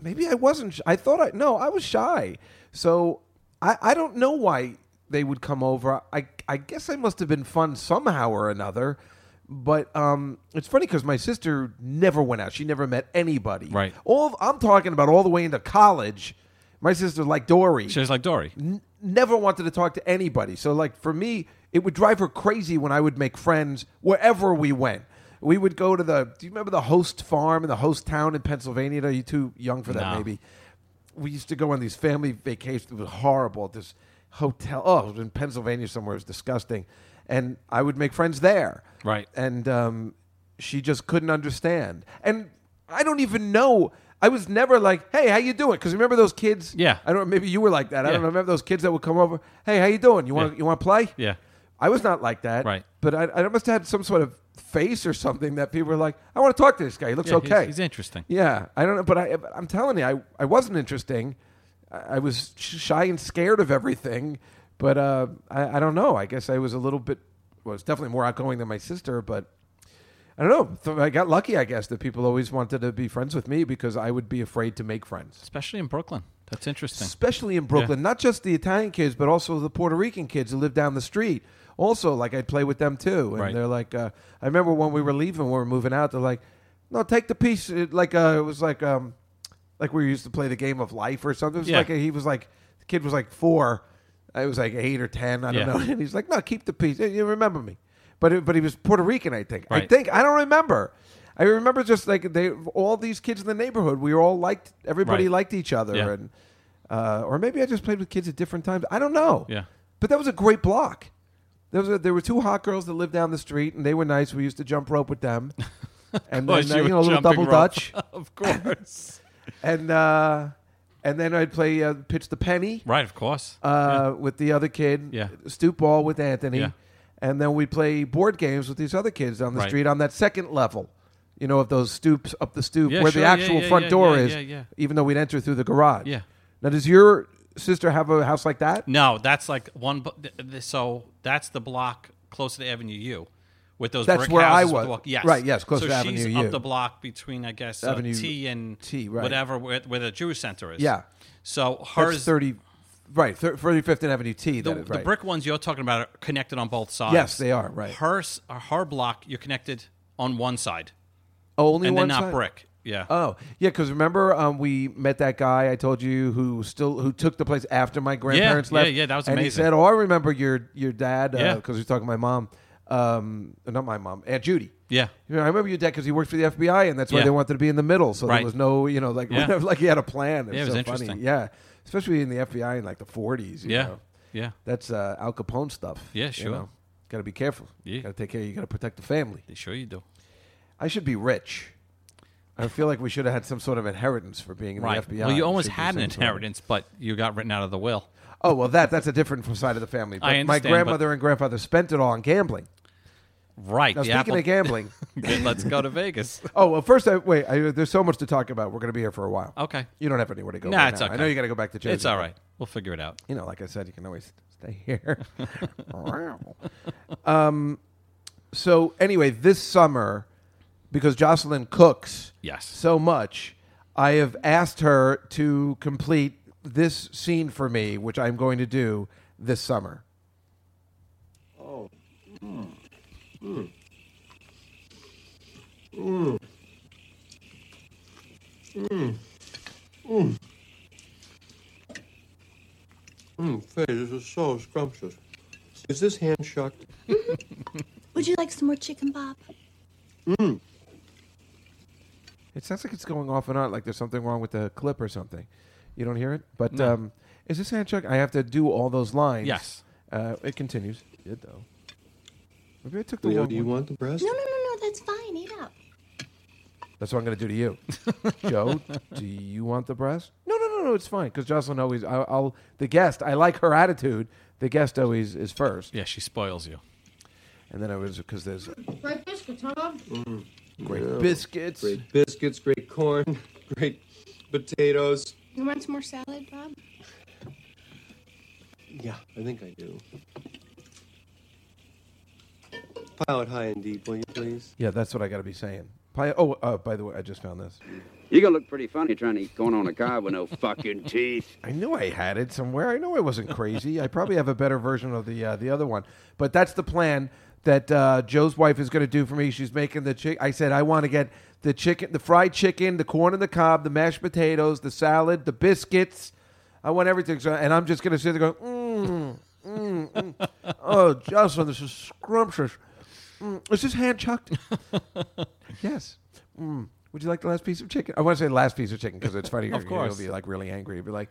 Maybe I wasn't. Sh- I thought I no. I was shy. So I I don't know why they would come over. I I guess I must have been fun somehow or another. But um, it's funny because my sister never went out. She never met anybody. Right. All of- I'm talking about all the way into college. My sister, like Dory, She was like Dory. n- never wanted to talk to anybody. So like for me, It would drive her crazy when I would make friends wherever we went. We would go to the. Do you remember the host farm and the host town in Pennsylvania? Are you too young for that? No. Maybe we used to go on these family vacations. It was horrible at this hotel. Oh, it was in Pennsylvania somewhere. It was disgusting. And I would make friends there. Right. And um, she just couldn't understand. And I don't even know. I was never like, hey, how you doing? Because remember those kids? Yeah. I don't. Maybe you were like that. I don't Yeah. know. Remember those kids that would come over? Hey, how you doing? You want Yeah. you want to play? Yeah. I was not like that. Right. But I, I must have had some sort of face or something that people were like, I want to talk to this guy. He looks Yeah, he's- okay. he's interesting. Yeah, I don't know, but I, but I'm telling you, I, I wasn't interesting. I, I was sh- shy and scared of everything, but uh, I, I don't know. I guess I was a little bit, well, I was definitely more outgoing than my sister, but I don't know. So I got lucky, I guess, that people always wanted to be friends with me because I would be afraid to make friends. especially in Brooklyn. That's interesting. Especially in Brooklyn, not just the Italian kids, but also the Puerto Rican kids who live down the street. Also, like I'd play with them too, and Right. they're like, uh, I remember when we were leaving, when we were moving out, they're like, "No, take the piece." It, like uh, it was like, um, like we used to play the game of life or something. It was Yeah. like a, he was like, the kid was like four, I was like eight or ten, I don't Yeah. know, *laughs* and he's like, "No, keep the piece. You remember me?" But it, but he was Puerto Rican, I think. I Right. think I don't remember. I remember just like they all these kids in the neighborhood. We were all liked. Everybody Right. liked each other, Yeah. and uh, or maybe I just played with kids at different times. I don't know. Yeah. But that was a great block. There was a, there were two hot girls that lived down the street, and they were nice. We used to jump rope *laughs* with them, and Well, then she uh, you was know a little jumping double rope. dutch, *laughs* of *laughs* course. and uh, and then I'd play uh, pitch the penny right, of course. uh, with the other kid, Yeah. stoop ball with Anthony, Yeah. and then we play board games with these other kids on the Right. street on that second level. You know, of those stoops up the stoop Yeah, where sure, the yeah, actual yeah, front yeah, door yeah, is, yeah, yeah. even though we'd enter through the garage. Yeah. Now, does your sister have a house like that? no, that's like one. bu- th- th- So that's the block close to Avenue U. With those That's brick where I houses with was. the walk- yes, Right, yes, close so to she's Avenue U. up the block between, I guess, uh, Avenue T and T, right. whatever, where, where the Jewish Center is. Yeah. So That's hers, 30, right, thir- 35th and Avenue T. the, that is, the right. brick ones you're talking about are connected on both sides. Yes, they are, right. Hers, her block, you're connected on one side, Oh, only and one then not side? brick. Yeah. Oh, yeah, because remember um, we met that guy I told you who still who took the place after my grandparents yeah, left. yeah, that was and amazing. he said, "Oh, I remember your your dad uh, Yeah. because we were talking to my mom, um, not my mom, Aunt Judy." Yeah. You know, I remember your dad because he worked for the FBI, and that's why Yeah. they wanted to be in the middle, so there Right. was no, you know, like *laughs* Yeah. like he had a plan. It Yeah, was, it so was funny. interesting. Yeah, especially in the FBI in like the forties. yeah. Yeah. that's uh, Al Capone stuff. Yeah, You sure. know? Got to be careful. Yeah. Got to take care. You got to protect the family. Sure you do. I should be rich. I feel like we should have had some sort of inheritance for being in Right. the FBI. Well, It you almost should be had an some sort of- inheritance, but you got written out of the will. Oh well, that that's a different side of the family. But I my understand, but- grandmother and grandfather spent it all on gambling. Right. Now the speaking apple- *laughs* of gambling, Okay, Let's go to *laughs* Vegas. oh well, first I, wait. I, there's so much to talk about. We're going to be here for a while. Okay. You don't have anywhere to go. Nah, right it's now. okay. I know you got to go back to Jersey. It's all right. We'll figure it out. You know, like I said, you can always *laughs* stay *laughs* here. um. So anyway, this summer, because Jocelyn cooks Yes. so much, I have asked her to complete this scene for me, which I'm going to do this summer. Faye, this is so scrumptious. Is this hand shucked? Would you like some more chicken, Bob? It sounds like it's going off and on, like there's something wrong with the clip or something. You don't hear it? But um, is this Handchuck? I have to do all those lines. Yes. Uh, it continues. It though. Maybe I took the Leo, wrong do you one. want the breast? No, no, no, no. That's fine. Eat up. That's what I'm going to do to you. Joe, do you want the breast? No, no, no, no. It's fine. Because Jocelyn always, I, I'll, the guest, I like her attitude. The guest always is first. Yeah, she spoils you. And then I was, because there's Great biscuits, huh? great biscuits. Great biscuits, great corn, *laughs* great potatoes. You want some more salad, Bob? Yeah, I think I do. Pile it high and deep, will you please? Yeah, that's what I got to be saying. Pi- oh, uh, by the way, I just found this. You're gonna look pretty funny trying to eat corn on a cob *laughs* with no fucking teeth. I knew I had it somewhere. I know I wasn't crazy. I probably have a better version of the uh, the other one, but that's the plan that uh, Joe's wife is going to do for me. She's making the chick. I said I want to get the chicken, the fried chicken, the corn and the cob, the mashed potatoes, the salad, the biscuits. I want everything. So, and I'm just going to sit there going, mm, mm, mm, mm. Oh, Jocelyn, this is scrumptious. Mm, is this *laughs* hand chucked? yes. Mm. Would you like the last piece of chicken? I want to say the last piece of chicken because it's funny. Of You're- you'll course. be like really angry. You'll be like,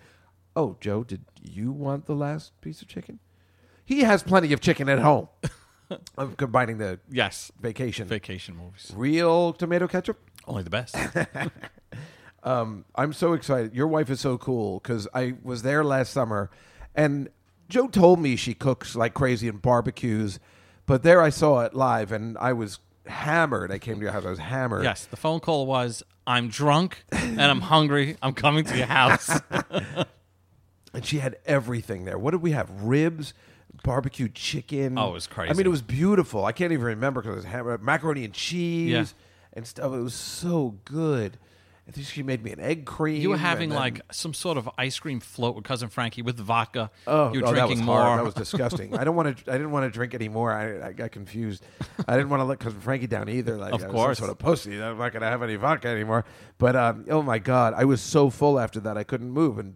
"Oh, Joe, did you want the last piece of chicken?" He has plenty of chicken *laughs* at home. I'm combining the yes vacation vacation movies. Real tomato ketchup, only the *laughs* best. um, I'm so excited. Your wife is so cool because I was there last summer, and Joe told me she cooks like crazy and barbecues, but there I saw it live, and I was hammered. I came to your house, I was hammered. Yes, the phone call was, "I'm drunk and I'm hungry. I'm coming to your *laughs* house." and she had everything there. What did we have? Ribs, barbecue chicken. Oh, it was crazy. I mean, it was beautiful. I can't even remember because it was ham- macaroni and cheese Yeah. and stuff. It was so good. I think she made me an egg cream. You were and having then- like some sort of ice cream float with cousin Frankie with vodka. Oh, you were oh, that was drinking hard. more. That was disgusting. I don't want to. I didn't want to drink anymore. I, I got confused. I didn't want to let cousin Frankie down either. Like Of I was course. some sort of pussy. I'm not going to have any vodka anymore. But um, oh my god, I was so full after that I couldn't move, and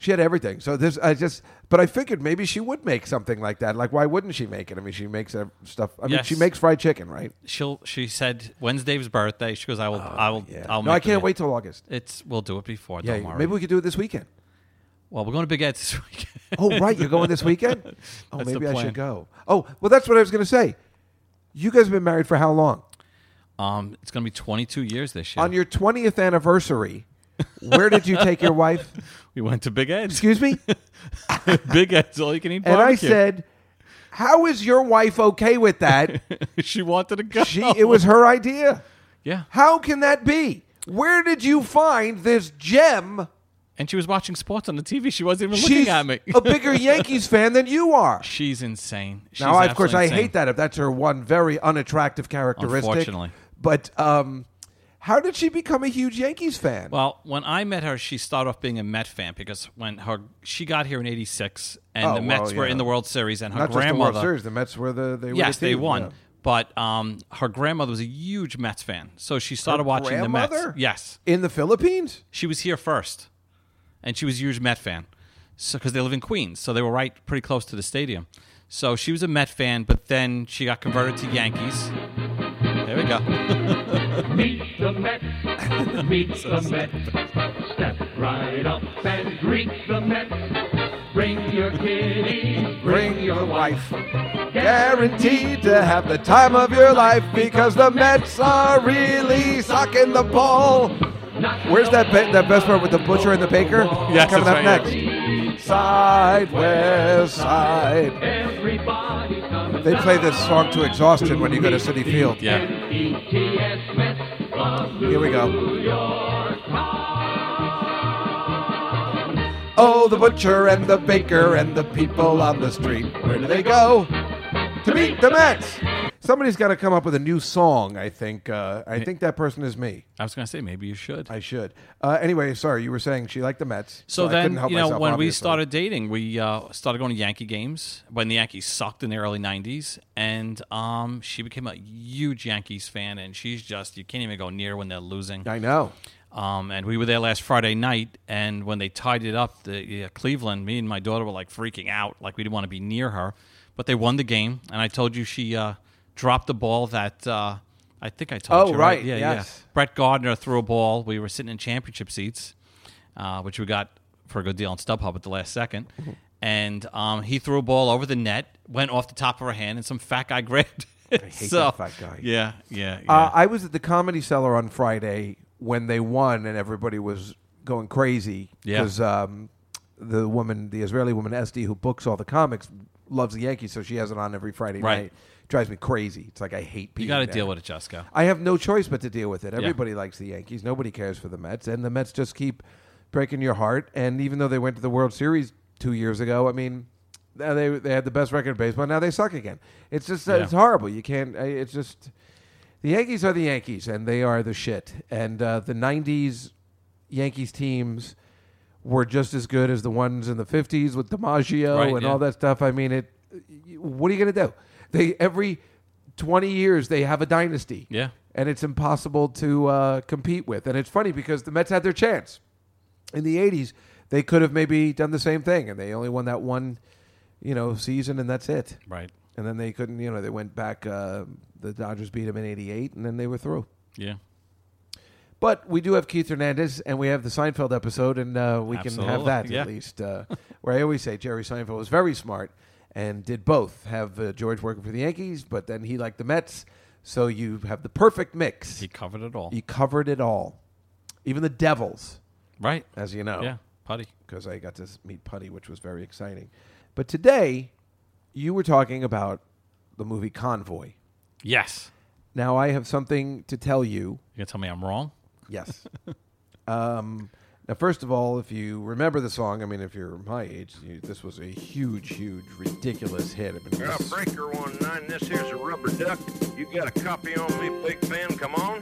she had everything. So this, I just. But I figured maybe she would make something like that. Like why wouldn't she make it? I mean, she makes uh, stuff. I mean, she Yes. makes fried chicken, right? She'll. She said, "When's Dave's birthday?" She goes, "I will. I will. I'll Oh, No, I make the meal." can't wait till August. It's. We'll do it before. yeah, don't worry. maybe we could do it this weekend. Well, we're going to Big Ed's this *laughs* weekend. Oh, right. You're going *laughs* this weekend? Oh, That's the maybe I plan. should go. Oh, well, that's what I was going to say. You guys have been married for how long? Um, it's going to be 22 years this year. Oh. On your 20th anniversary, where did you take your wife? *laughs* We went to Big Ed's. Excuse me? *laughs* Big Ed's all you can eat. And I barbecue. said, How is your wife okay with that? *laughs* she wanted to go. She, it was her idea. *laughs* Yeah. How can that be? Where did you find this gem? and she was watching sports on the TV. She wasn't even She's looking at me. a bigger Yankees fan than you are. *laughs* She's insane. She's now, I- of course, absolutely I insane. hate that if that's her one very unattractive characteristic. Unfortunately. But um, how did she become a huge Yankees fan? Well, when I met her, she started off being a Met fan because when her she got here in '86, and Oh, the well, Mets were yeah. in the World Series, and her Not just the grandmother. World Series. The Mets were the they were yes, the they team, won. yeah. But um, her grandmother was a huge Mets fan, so she started Her watching the Mets. grandmother? Yes, in the Philippines. she was here first, and she was a huge Met fan, so because they live in Queens, so they were right pretty close to the stadium. So she was a Met fan, but then she got converted to Yankees. There we go. *laughs* Meet *laughs* the Met. Meet the Met. Step right up and greet the Met. Bring your kitty. Bring your wife. Guaranteed to have the time of your life because the Mets are really sucking the ball. Where's that ba- that best part with the butcher and the baker? Yes, coming up that's right, next. Side west side. Everybody comes They play this song to exhaustion when you go to City Field. Yeah. E.T.S. Met. Here we go. Oh, the butcher and the baker and the people on the street. Where do they go? To meet the Mets. Somebody's got to come up with a new song. I think. Uh, I think that person is me. I was going to say maybe you should. I should. Uh, anyway, sorry, you were saying she liked the Mets. So, I then, couldn't help you know, myself, when we obviously. started dating, we uh, started going to Yankee games when the Yankees sucked in the early '90s, and um, she became a huge Yankees fan, and she's just you can't even go near when they're losing. I know. Um, and we were there last Friday night, and when they tied it up, the uh, Cleveland, me and my daughter were like freaking out, like we didn't want to be near her, but they won the game, and I told you she uh, dropped the ball that. Uh, I think I told Oh, you. right, Yeah, yes. yeah. Brett Gardner threw a ball. We were sitting in championship seats, uh, which we got for a good deal on StubHub at the last 2nd Mm-hmm. And um, he threw a ball over the net, went off the top of her hand, and some fat guy *laughs* grabbed it. I hate that fat guy. Yeah, yeah, yeah. Uh, I was at the Comedy Cellar on Friday when they won, and everybody was going crazy Yeah. because um, the woman, the Israeli woman Esty, who books all the comics, loves the Yankees, so she has it on every Friday Right. night. Drives me crazy. It's like I hate people. you got to deal with it, Jessica. I have no choice but to deal with it. Everybody likes the Yankees. Nobody cares for the Mets, and the Mets just keep breaking your heart. And even though they went to the World Series two years ago, I mean, now they they had the best record in baseball. Now they suck again. It's just uh, Yeah. it's horrible. You can't. I- It's just the Yankees are the Yankees, and they are the shit. And uh, the '90s Yankees teams were just as good as the ones in the '50s with DiMaggio Right, and yeah. all that stuff. I mean, it. What are you going to do? They every. 20 years they have a dynasty Yeah. and it's impossible to uh, compete with. And it's funny because the Mets had their chance in the '80s. They could have maybe done the same thing, and they only won that one you know, season, and that's it. Right. And then they couldn't, you know, they went back. Uh, the Dodgers beat them in '88, and then they were through. Yeah. But we do have Keith Hernandez, and we have the Seinfeld episode, and uh, we can Absolutely, have that yeah. at least. Uh, where I always say Jerry Seinfeld was very smart and did both have uh, George working for the Yankees, but then he liked the Mets, so you have the perfect mix. He covered it all. He covered it all, even the Devils, right? As you know, Yeah, Putty, because I got to s- meet Putty, which was very exciting. But today, you were talking about the movie Convoy. Yes. Now I have something to tell you. You're gonna tell me I'm wrong? Yes. *laughs* um, now, first of all, if you remember the song, I mean, if you're my age, you, this was a huge, huge, ridiculous hit. I mean, it Yeah, was- breaker one nine. This here's a rubber duck. You got a copy on me, Big Ben? Come on.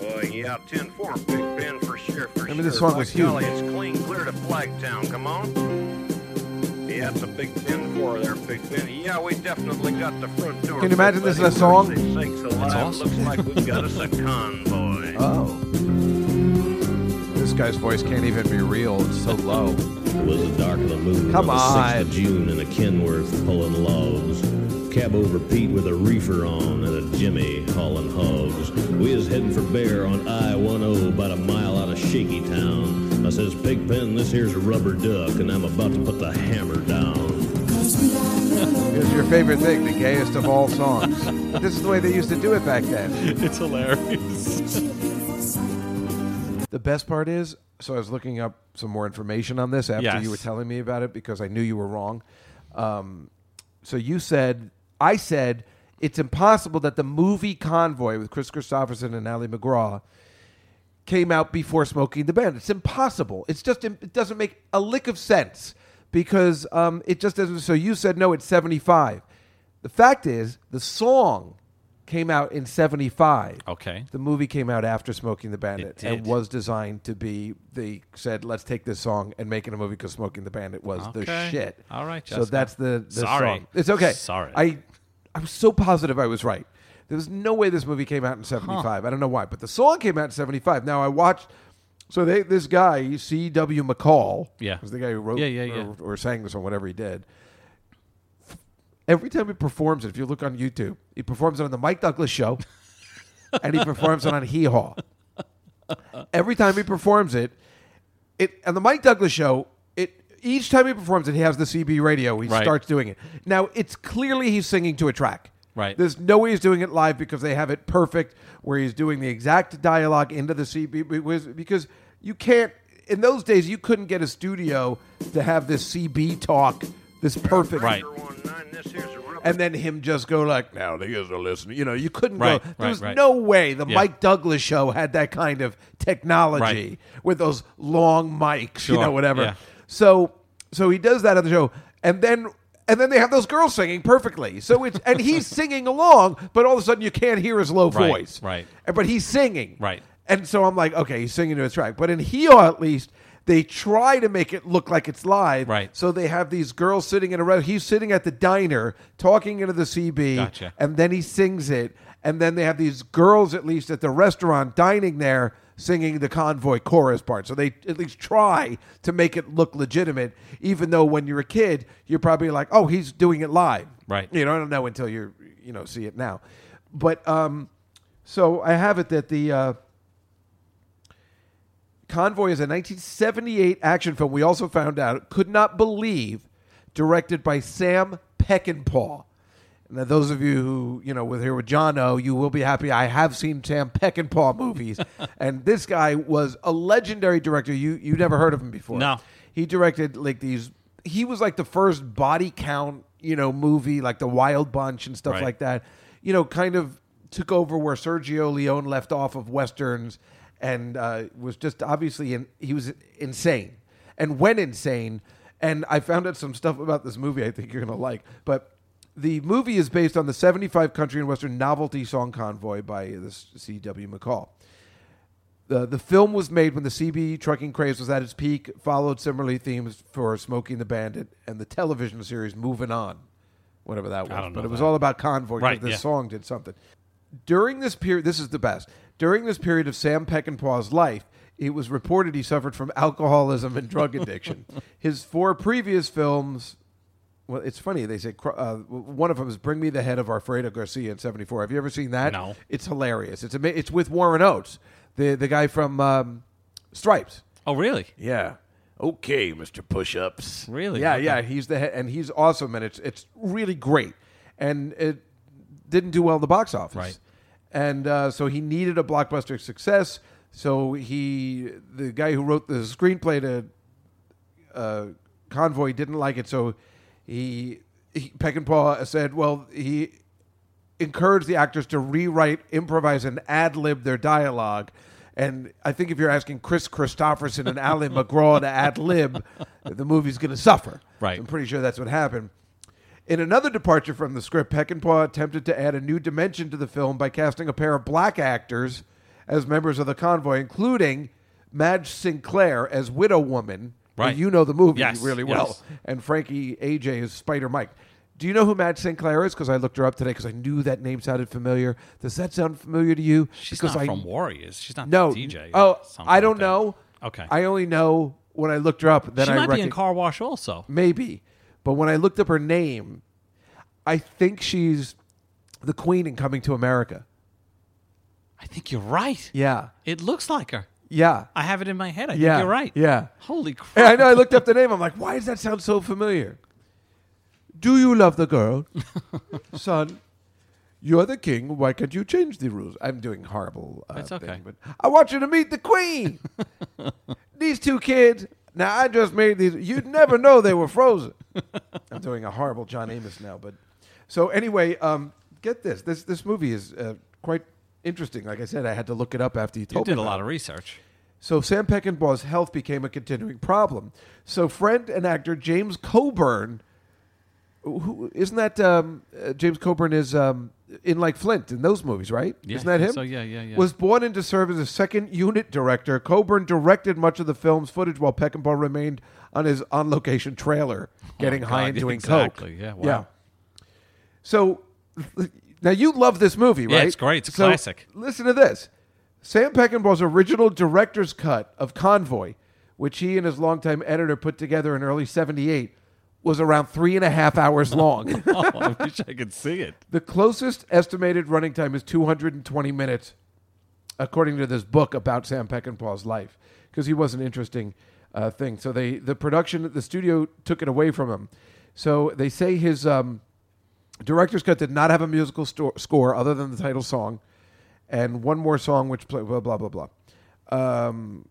Uh, yeah, ten four, Big Ben, for sure, for I sure. mean, this song By was huge. golly, it's clean, clear to Flagtown. Come on. Yeah, it's a Big Ben four there, Big Ben. Yeah, we definitely got the front door. Can you imagine this is a song? That's awesome. Looks like we've got *laughs* us a convoy. Oh. This guy's voice can't even be real. It's so low. It was the dark of the moon. Come on. The 6th on. of June in a Kenworth pulling logs. Cab over Pete with a reefer on and a Jimmy hauling hogs. We is heading for Bear on I-10 about a mile out of Shaky Town. I says, Pigpen, this here's a rubber duck and I'm about to put the hammer down. It's your favorite thing, the gayest of all songs. this is the way they used to do it back then. It's hilarious. The best part is, so I was looking up some more information on this after Yes. you were telling me about it because I knew you were wrong. Um, so you said, I said, it's impossible that the movie Convoy with Chris Christopherson and Ally McGraw came out before Smoking the Bandit. It's impossible. It's just it doesn't make a lick of sense because um, it just doesn't. So you said no. It's seventy five. The fact is, the song came out in seventy five. Okay. The movie came out after Smoking the Bandit It did. and was designed to be. They said, "Let's take this song and make it a movie," because Smoking the Bandit was the Okay. shit. All right, So Jessica. that's the, the Sorry. song. It's okay. Sorry. I I was so positive I was right. There was no way this movie came out in 75. I don't know why, but the song came out in 75. Now I watched so they this guy C.W. McCall, Yeah. was the guy who wrote Yeah, yeah, yeah. Or, or sang this on whatever he did. Every time he performs it, if you look on YouTube, he performs it on the Mike Douglas show and he performs it on Hee Haw. Every time he performs it, it on the Mike Douglas show, it each time he performs it, he has the CB radio. He Right. starts doing it. Now it's clearly he's singing to a track. Right. There's no way he's doing it live because they have it perfect where he's doing the exact dialogue into the CB because- because you can't. In those days, you couldn't get a studio to have this CB talk, this perfect, Right. and then him just go like, "Now the guys are listening." You know, you couldn't Right, go. There right, was right. no way the Yeah. Mike Douglas show had that kind of technology with those long mics, you Sure, know, whatever. yeah. So, so he does that on the show, and then and then they have those girls singing perfectly. So it's and he's *laughs* singing along, but all of a sudden you can't hear his low Right, voice, right. But he's singing, Right. And so I'm like, okay, he's singing to a track, but in Heo at least. They try to make it look like it's live, Right. So they have these girls sitting in a restaurant. He's sitting at the diner talking into the CB, Gotcha. and then he sings it. And then they have these girls, at least at the restaurant, dining there, singing the convoy chorus part. So they at least try to make it look legitimate, even though when you're a kid, you're probably like, "Oh, he's doing it live." Right. You know, I don't know until you you know see it now. But um, so I have it that the. Uh, Convoy is a 1978 action film. We also found out, could not believe, directed by Sam Peckinpah. Now, those of you who you know were here with John O, you will be happy. I have seen Sam Peckinpah movies, and this guy was a legendary director. You you never heard of him before? No. He directed like these. He was like the first body count, you know, movie like the Wild Bunch and stuff Right. like that. You know, kind of took over where Sergio Leone left off of westerns, and uh, was just obviously in, he was insane and went insane. And I found out some stuff about this movie. I think you're gonna like, but. The movie is based on the 75 country and western novelty song convoy by this C.W. McCall. The, the film was made when the CB trucking craze was at its peak, followed similarly themes for Smoking the Bandit and the television series Moving On, whatever that I was. don't But know it was that. all about convoy. 'cause Right, This yeah. song did something. During this period, this is the best. During this period of Sam Peckinpah's life, it *laughs* was reported he suffered from alcoholism and drug addiction. His four previous films Well, it's funny. They say cro- uh, one of them is "Bring Me the Head of Alfredo Garcia" in '74. Have you ever seen that? No. It's hilarious. It's ama- it's with Warren Oates, the the guy from um, Stripes. Oh, really? Yeah. Okay, Mr. Push Ups. Really? Yeah, yeah. He's the head, and he's awesome, and it's it's really great, and it didn't do well in the box office, Right. And uh, so he needed a blockbuster success. So he, the guy who wrote the screenplay to uh, Convoy, didn't like it. So he, he Peckinpah said, well, he encouraged the actors to rewrite, improvise, and ad lib their dialogue. And I think if you're asking Chris Christopherson and *laughs* Alan McGraw to ad lib, the movie's going to suffer. Right. I'm pretty sure that's what happened. In another departure from the script, Peckinpah attempted to add a new dimension to the film by casting a pair of black actors as members of the convoy, including Madge Sinclair as Widow Woman. Right. You know the movie Yes, really well. yes. And Frankie AJ is Spider Mike. Do you know who Madge Sinclair is? Because I looked her up today because I knew that name sounded familiar. Does that sound familiar to you? She's because not I, from Warriors. She's not no, the DJ. Oh, something I don't like that. know. Okay. I only know when I looked her up that she I might be in recog- Car Wash also. Maybe. But when I looked up her name, I think she's the queen in Coming to America. I think you're right. Yeah. It looks like her. Yeah. I have it in my head. I Yeah, think you're right. *laughs* yeah. Holy crap. And I know I looked up the name. I'm like, why does that sound so familiar? Do you love *laughs* the girl? Son, you're the king. Why can't you change the rules? I'm doing horrible. Uh, It's okay. thing, but I want you to meet *laughs* the queen. these two kids. Now, I just made these. You'd never know they were frozen. I'm doing a horrible John Amos now. But so anyway, um, get this. This this movie is uh, quite interesting. Like I said, I had to look it up after you You told me. *laughs* did a about lot it. of research. So Sam Peckinpah's health became a continuing problem. So friend and actor James Coburn, who isn't that um, uh, James Coburn is um, in like Flint in those movies, right? Yeah, isn't that I think him? so. Yeah, yeah, yeah. Was born into serve as a second unit director. Coburn directed much of the film's footage while Peckinpah remained on his on location trailer, getting Oh, God, high and doing exactly. coke. Yeah, wow. So now you love this movie, Yeah, right? it's great. It's a So, classic. Listen to this. Sam Peckinpah's original director's cut of Convoy, which he and his longtime editor put together in early 78, was around three and a half *laughs* hours long. oh, I wish I could see it. the closest estimated running time is 220 minutes, according to this book about Sam Peckinpah's life, because he was an interesting uh, thing. So they the production, the studio took it away from him. So they say his um, director's cut did not have a musical sto- score other than the title song, and one more song which play blah blah blah blah. Um,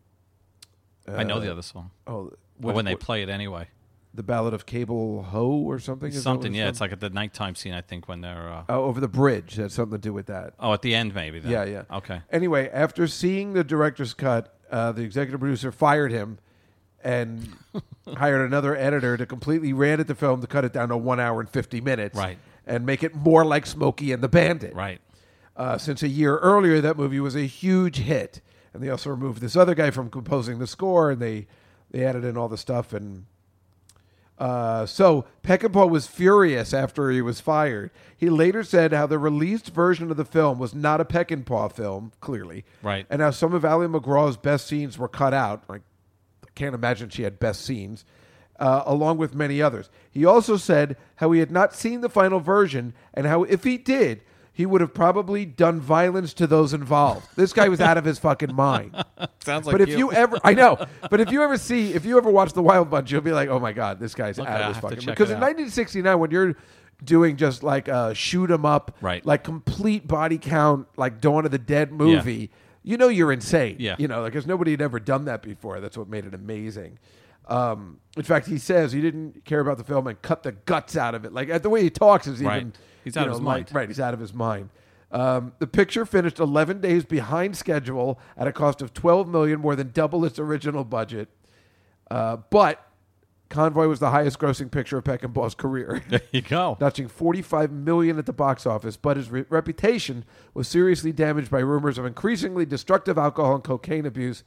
I know uh, the other song. Oh, Well, what- when they what- play it anyway. the Ballad of Cable Ho or something. is that what Something, it's yeah. called? It's like at the nighttime scene, I think, when they're. Uh, Oh, over the bridge. That's something to do with that. Oh, at the end, maybe. Then. Yeah, yeah. Okay. Anyway, after seeing the director's cut, uh, the executive producer fired him *laughs* and hired another editor to completely re-edit the film to cut it down to one hour and fifty minutes, Right. and make it more like Smokey and the Bandit, right? Uh, since a year earlier, that movie was a huge hit, and they also removed this other guy from composing the score, and they they added in all the stuff and. Uh, so Peckinpah was furious after he was fired. He later said how the released version of the film was not a Peckinpah film, clearly, Right. and how some of Ally McGraw's best scenes were cut out. Like, I can't imagine she had best scenes, uh, along with many others. He also said how he had not seen the final version and how if he did, he would have probably done violence to those involved. This guy was out of his fucking mind. Sounds like but if you. *laughs* you. ever, I know. But if you ever see, if you ever watch the Wild Bunch, you'll be like, oh my god, this guy's Okay, out I'll of his have to fucking. check Because it in out. 1969, when you're doing just like a shoot 'em up, Right. like complete body count, like Dawn of the Dead movie, you know you're insane. Yeah. you know, because nobody had ever done that before. That's what made it amazing. Um, in fact, he says he didn't care about the film and cut the guts out of it. Like uh, the way he talks is Right. even He's you out of know, his like- mind. Right, he's out of his mind. Um, the picture finished 11 days behind schedule at a cost of 12 million, more than double its original budget. Uh, but Convoy was the highest-grossing picture of *laughs* Peckinpah's career. There you go. Notching 45 million at the box office, but his re- reputation was seriously damaged by rumors of increasingly destructive alcohol and cocaine abuse.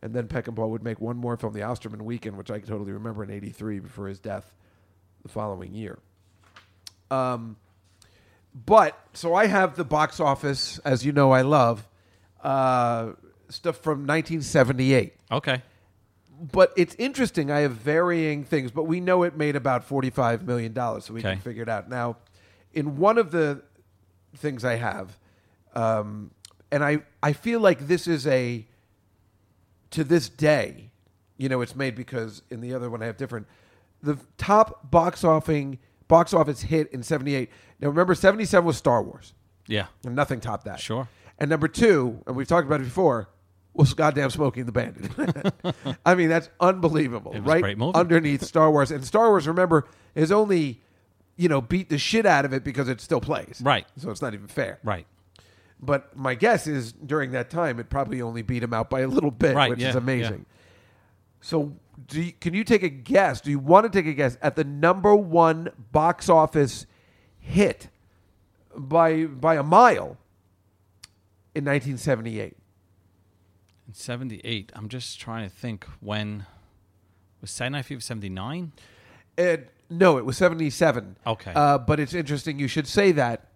And then Peckinpah would make one more film, The Osterman Weekend, which I totally remember in '83 before his death the following year. Um, but so I have the box office, as you know, I love uh, stuff from 1978. Okay. but it's interesting. I have varying things, but we know it made about forty-five million dollars, so we Okay. can figure it out. Now, in one of the things I have, um, and I I feel like this is a to this day, you know, it's made because in the other one I have different. The top box offing box office hit in '78. Now remember, '77 was Star Wars. Yeah. and nothing topped that. Sure. And number two, and we've talked about it before, was goddamn Smoking the Bandit. *laughs* I mean, that's unbelievable, It was a right? great movie. Underneath Star Wars, and Star Wars, remember, is only you know beat the shit out of it because it still plays, Right. So it's not even fair, Right. But my guess is during that time, it probably only beat him out by a little bit, Right, which yeah, is yeah. amazing. So, do you, can you take a guess? Do you want to take a guess at the number one box office hit by by a mile in 1978? In 78, I'm just trying to think when. Was Saturday Night Fever 79? It, no, it was 77. Okay. Uh, but it's interesting you should say that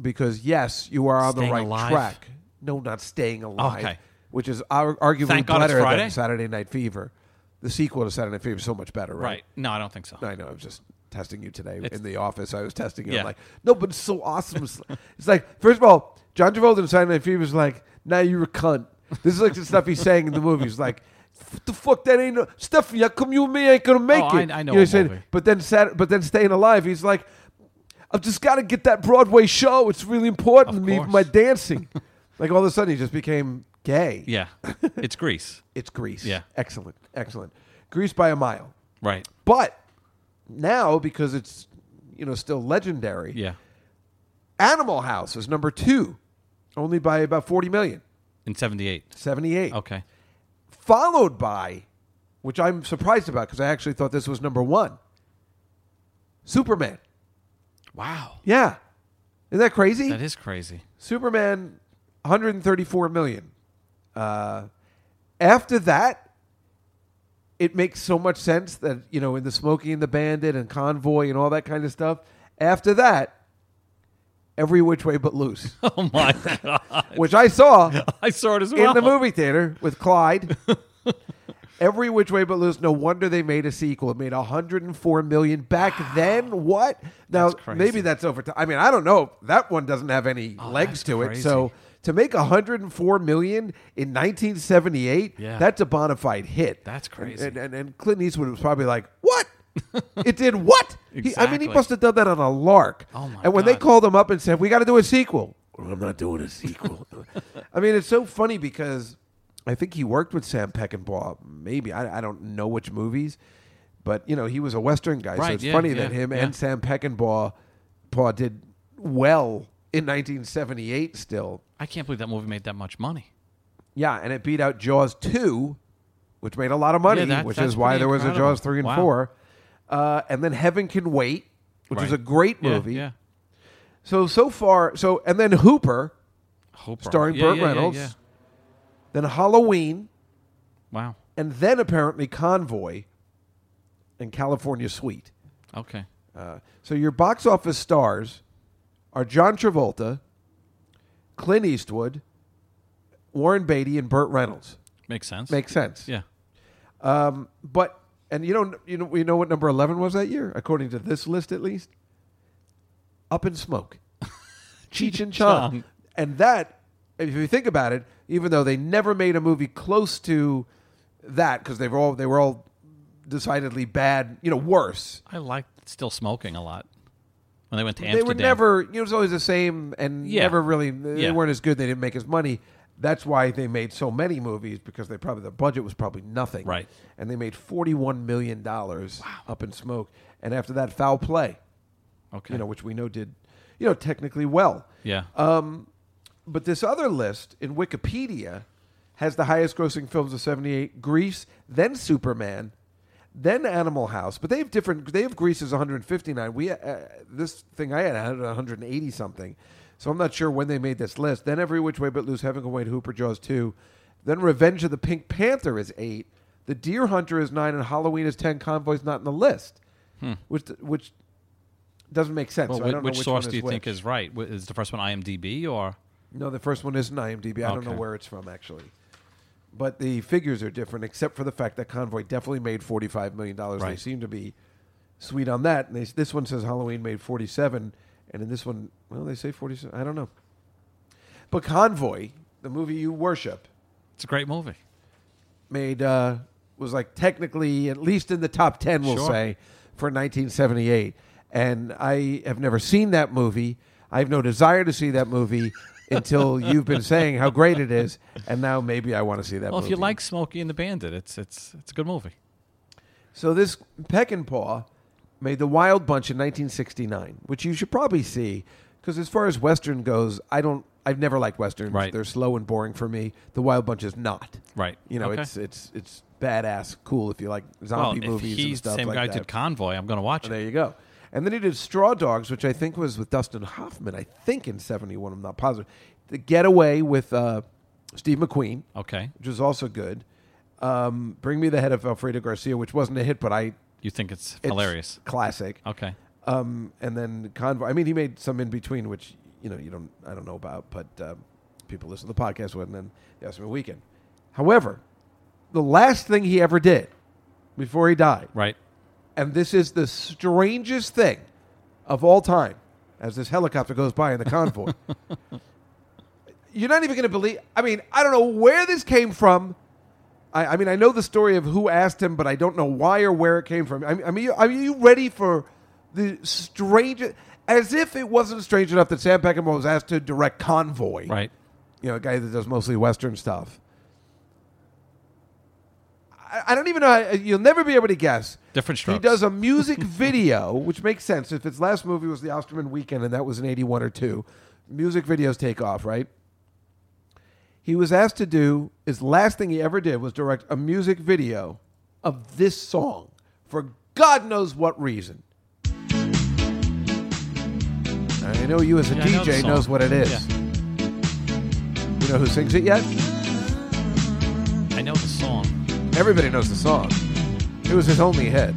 because, yes, you are on Staying the right alive? track. No, not staying alive. Okay. Which is ar- arguably Thank God it's better Friday. than Saturday Night Fever. The sequel to Saturday Night Fever is so much better, Right. right? No, I don't think so. I know. I was just testing you today It's- in the office. I was testing you. Yeah. I'm like, no, but it's so awesome. It's, it's like, first of all, John Travolta in Saturday Night Fever is like, now you're a cunt. This is like the stuff he's saying in the movies, like, what the fuck? That ain't no Stephanie. How come you and me ain't gonna make Oh, I- it? I know You a saying? movie. But then, Sat- but then staying alive, he's like, I've just got to get that Broadway show. It's really important to me for my dancing. like all of a sudden, he just became gay. Yeah. *laughs* It's Greece. it's Greece. Yeah. Excellent. Excellent. Greece by a mile. Right. But now, because it's you know still legendary, Yeah. Animal House is number two, only by about forty million. In 78. 78. Okay. Followed by, which I'm surprised about because I actually thought this was number one. Superman. Wow. Yeah. Isn't that crazy? That is crazy. *laughs* Superman, 134 million. Uh, after that, it makes so much sense that, you know, in the Smokey and the Bandit and Convoy and all that kind of stuff, after that, Every Which Way But Loose. Oh, my God. *laughs* Which I saw. I saw it as In the well. movie theater *laughs* with Clyde. Every Which Way But Loose. No wonder they made a sequel. It made 104 million back then. What? Now, maybe that's over time. I mean, I don't know. That one doesn't have any legs to it. Oh, crazy. So to make 104 million in 1978, Yeah. that's a bona fide hit. That's And- crazy. And, and, and Clint Eastwood was probably like, *laughs* "What? it did what? He- I mean, Exactly. he must have done that on a lark." Oh, my And when they God. called him up and said, "We got to do a sequel," I'm not doing a sequel. *laughs* I mean, it's so funny because I think he worked with Sam Peckinpah. Maybe I, I don't know which movies, but you know he was a Western guy, so Right, it's yeah, funny yeah, that him yeah. and Sam Peckinpah Paw did well in 1978. Still, I can't believe that movie made that much money. yeah, and it beat out Jaws two, which made a lot of money, Yeah, that- which that's is why pretty there was incredible. a Jaws three and Wow. four, uh, and then Heaven Can Wait, which was Right. a great Yeah, movie. yeah. So so far, so and then Hooper, Hooper. starring Yeah, Burt yeah, yeah, Reynolds, yeah. then Halloween. Wow. And then apparently Convoy and California Suite. Okay. Uh, so your box office stars are John Travolta, Clint Eastwood, Warren Beatty, and Burt Reynolds. Makes sense. Makes sense. Yeah. Um, but and you know you know we know what number eleven was that year according to this list at least. Up in smoke, Cheech and Chong, Chong. and that if you think about it, even though they never made a movie close to that because they were all they were all decidedly bad, you know, worse. I liked still smoking a lot when they went to They Amsterdam. were never, you know, it was always the same and Yeah. never really, they Yeah. weren't as good. They didn't make as money. That's why they made so many movies because they probably, the budget was probably nothing. Right. And they made $41 million up in smoke. And after that, Foul Play. Okay. You know, which we know did, you know, technically well. Yeah. Um, but this other list in Wikipedia has the highest grossing films of 78 Grease, then Superman, then Animal House. But they have different, they have Grease as 159. We, uh, this thing I had had 180 something. So I'm not sure when they made this list. Then Every Which Way But Loose, Heaven Can Wait, Hooper, Jaws 2. Then Revenge of the Pink Panther is 8. The Deer Hunter is 9. And Halloween is 10. Convoy's not in the list. Hmm. Which, which doesn't make sense. Well, So I which, don't know which which source one do you is think which. is right? Wh- Is the first one IMDb or No, the first one isn't IMDb. I don't know Okay. where it's from actually. but the figures are different, except for the fact that Convoy definitely made forty-five million dollars. They Right. seem to be sweet on that. And they, this one says Halloween made forty-seven, and in this one, well, they say forty-seven. I don't know. But Convoy, the movie you worship, it's a great movie. Made uh, was like technically at least in the top ten, we'll Sure. say, for 1978. And I have never seen that movie. I have no desire to see that movie until you've been saying how great it is, and now maybe I want to see that well, movie. if you like Smokey and the Bandit, it's it's it's a good movie. So this Peckinpah made The Wild Bunch in 1969, which you should probably see because as far as western goes, I don't I've never liked westerns. Right. They're slow and boring for me. The Wild Bunch is not. Right. You know, Okay. it's it's it's badass cool if you like zombie well, movies if he's and stuff the same like guy that. who did Convoy, I'm going to watch it. There you go. And then he did Straw Dogs, which I think was with Dustin Hoffman. I think in '71. I'm not positive. The Getaway with uh, Steve McQueen. Okay. Which was also good. Um, Bring Me the Head of Alfredo Garcia, which wasn't a hit, but I. You think it's hilarious. Classic. Okay. Um, and then Convoy. I mean, he made some in between, which you know you don't. I don't know about, but um, people listen to the podcast with, and then the Estimate Weekend. However, the last thing he ever did before he died. Right. And this is the strangest thing of all time as this helicopter goes by in the convoy. You're not even going to believe. I mean, I don't know where this came from. I, I mean, I know the story of who asked him, but I don't know why or where it came from. I, mean- I mean, you- are you ready for the strange? As if it wasn't strange enough that Sam Peckinpah was asked to direct Convoy, right? You know, a guy that does mostly Western stuff. I, I don't even know. how- You'll never be able to guess. Different He strokes. does *laughs* a music video, which makes sense if his last movie was The Osterman Weekend, and that was in '81 or two. Music videos take off, right? He was asked to do his last thing he ever did was direct a music video of this song for God knows what reason. I know you as a Yeah, I know the DJ song. knows what it is. Yeah. You know who sings it yet? I know the song. Everybody knows the song. It was his only hit.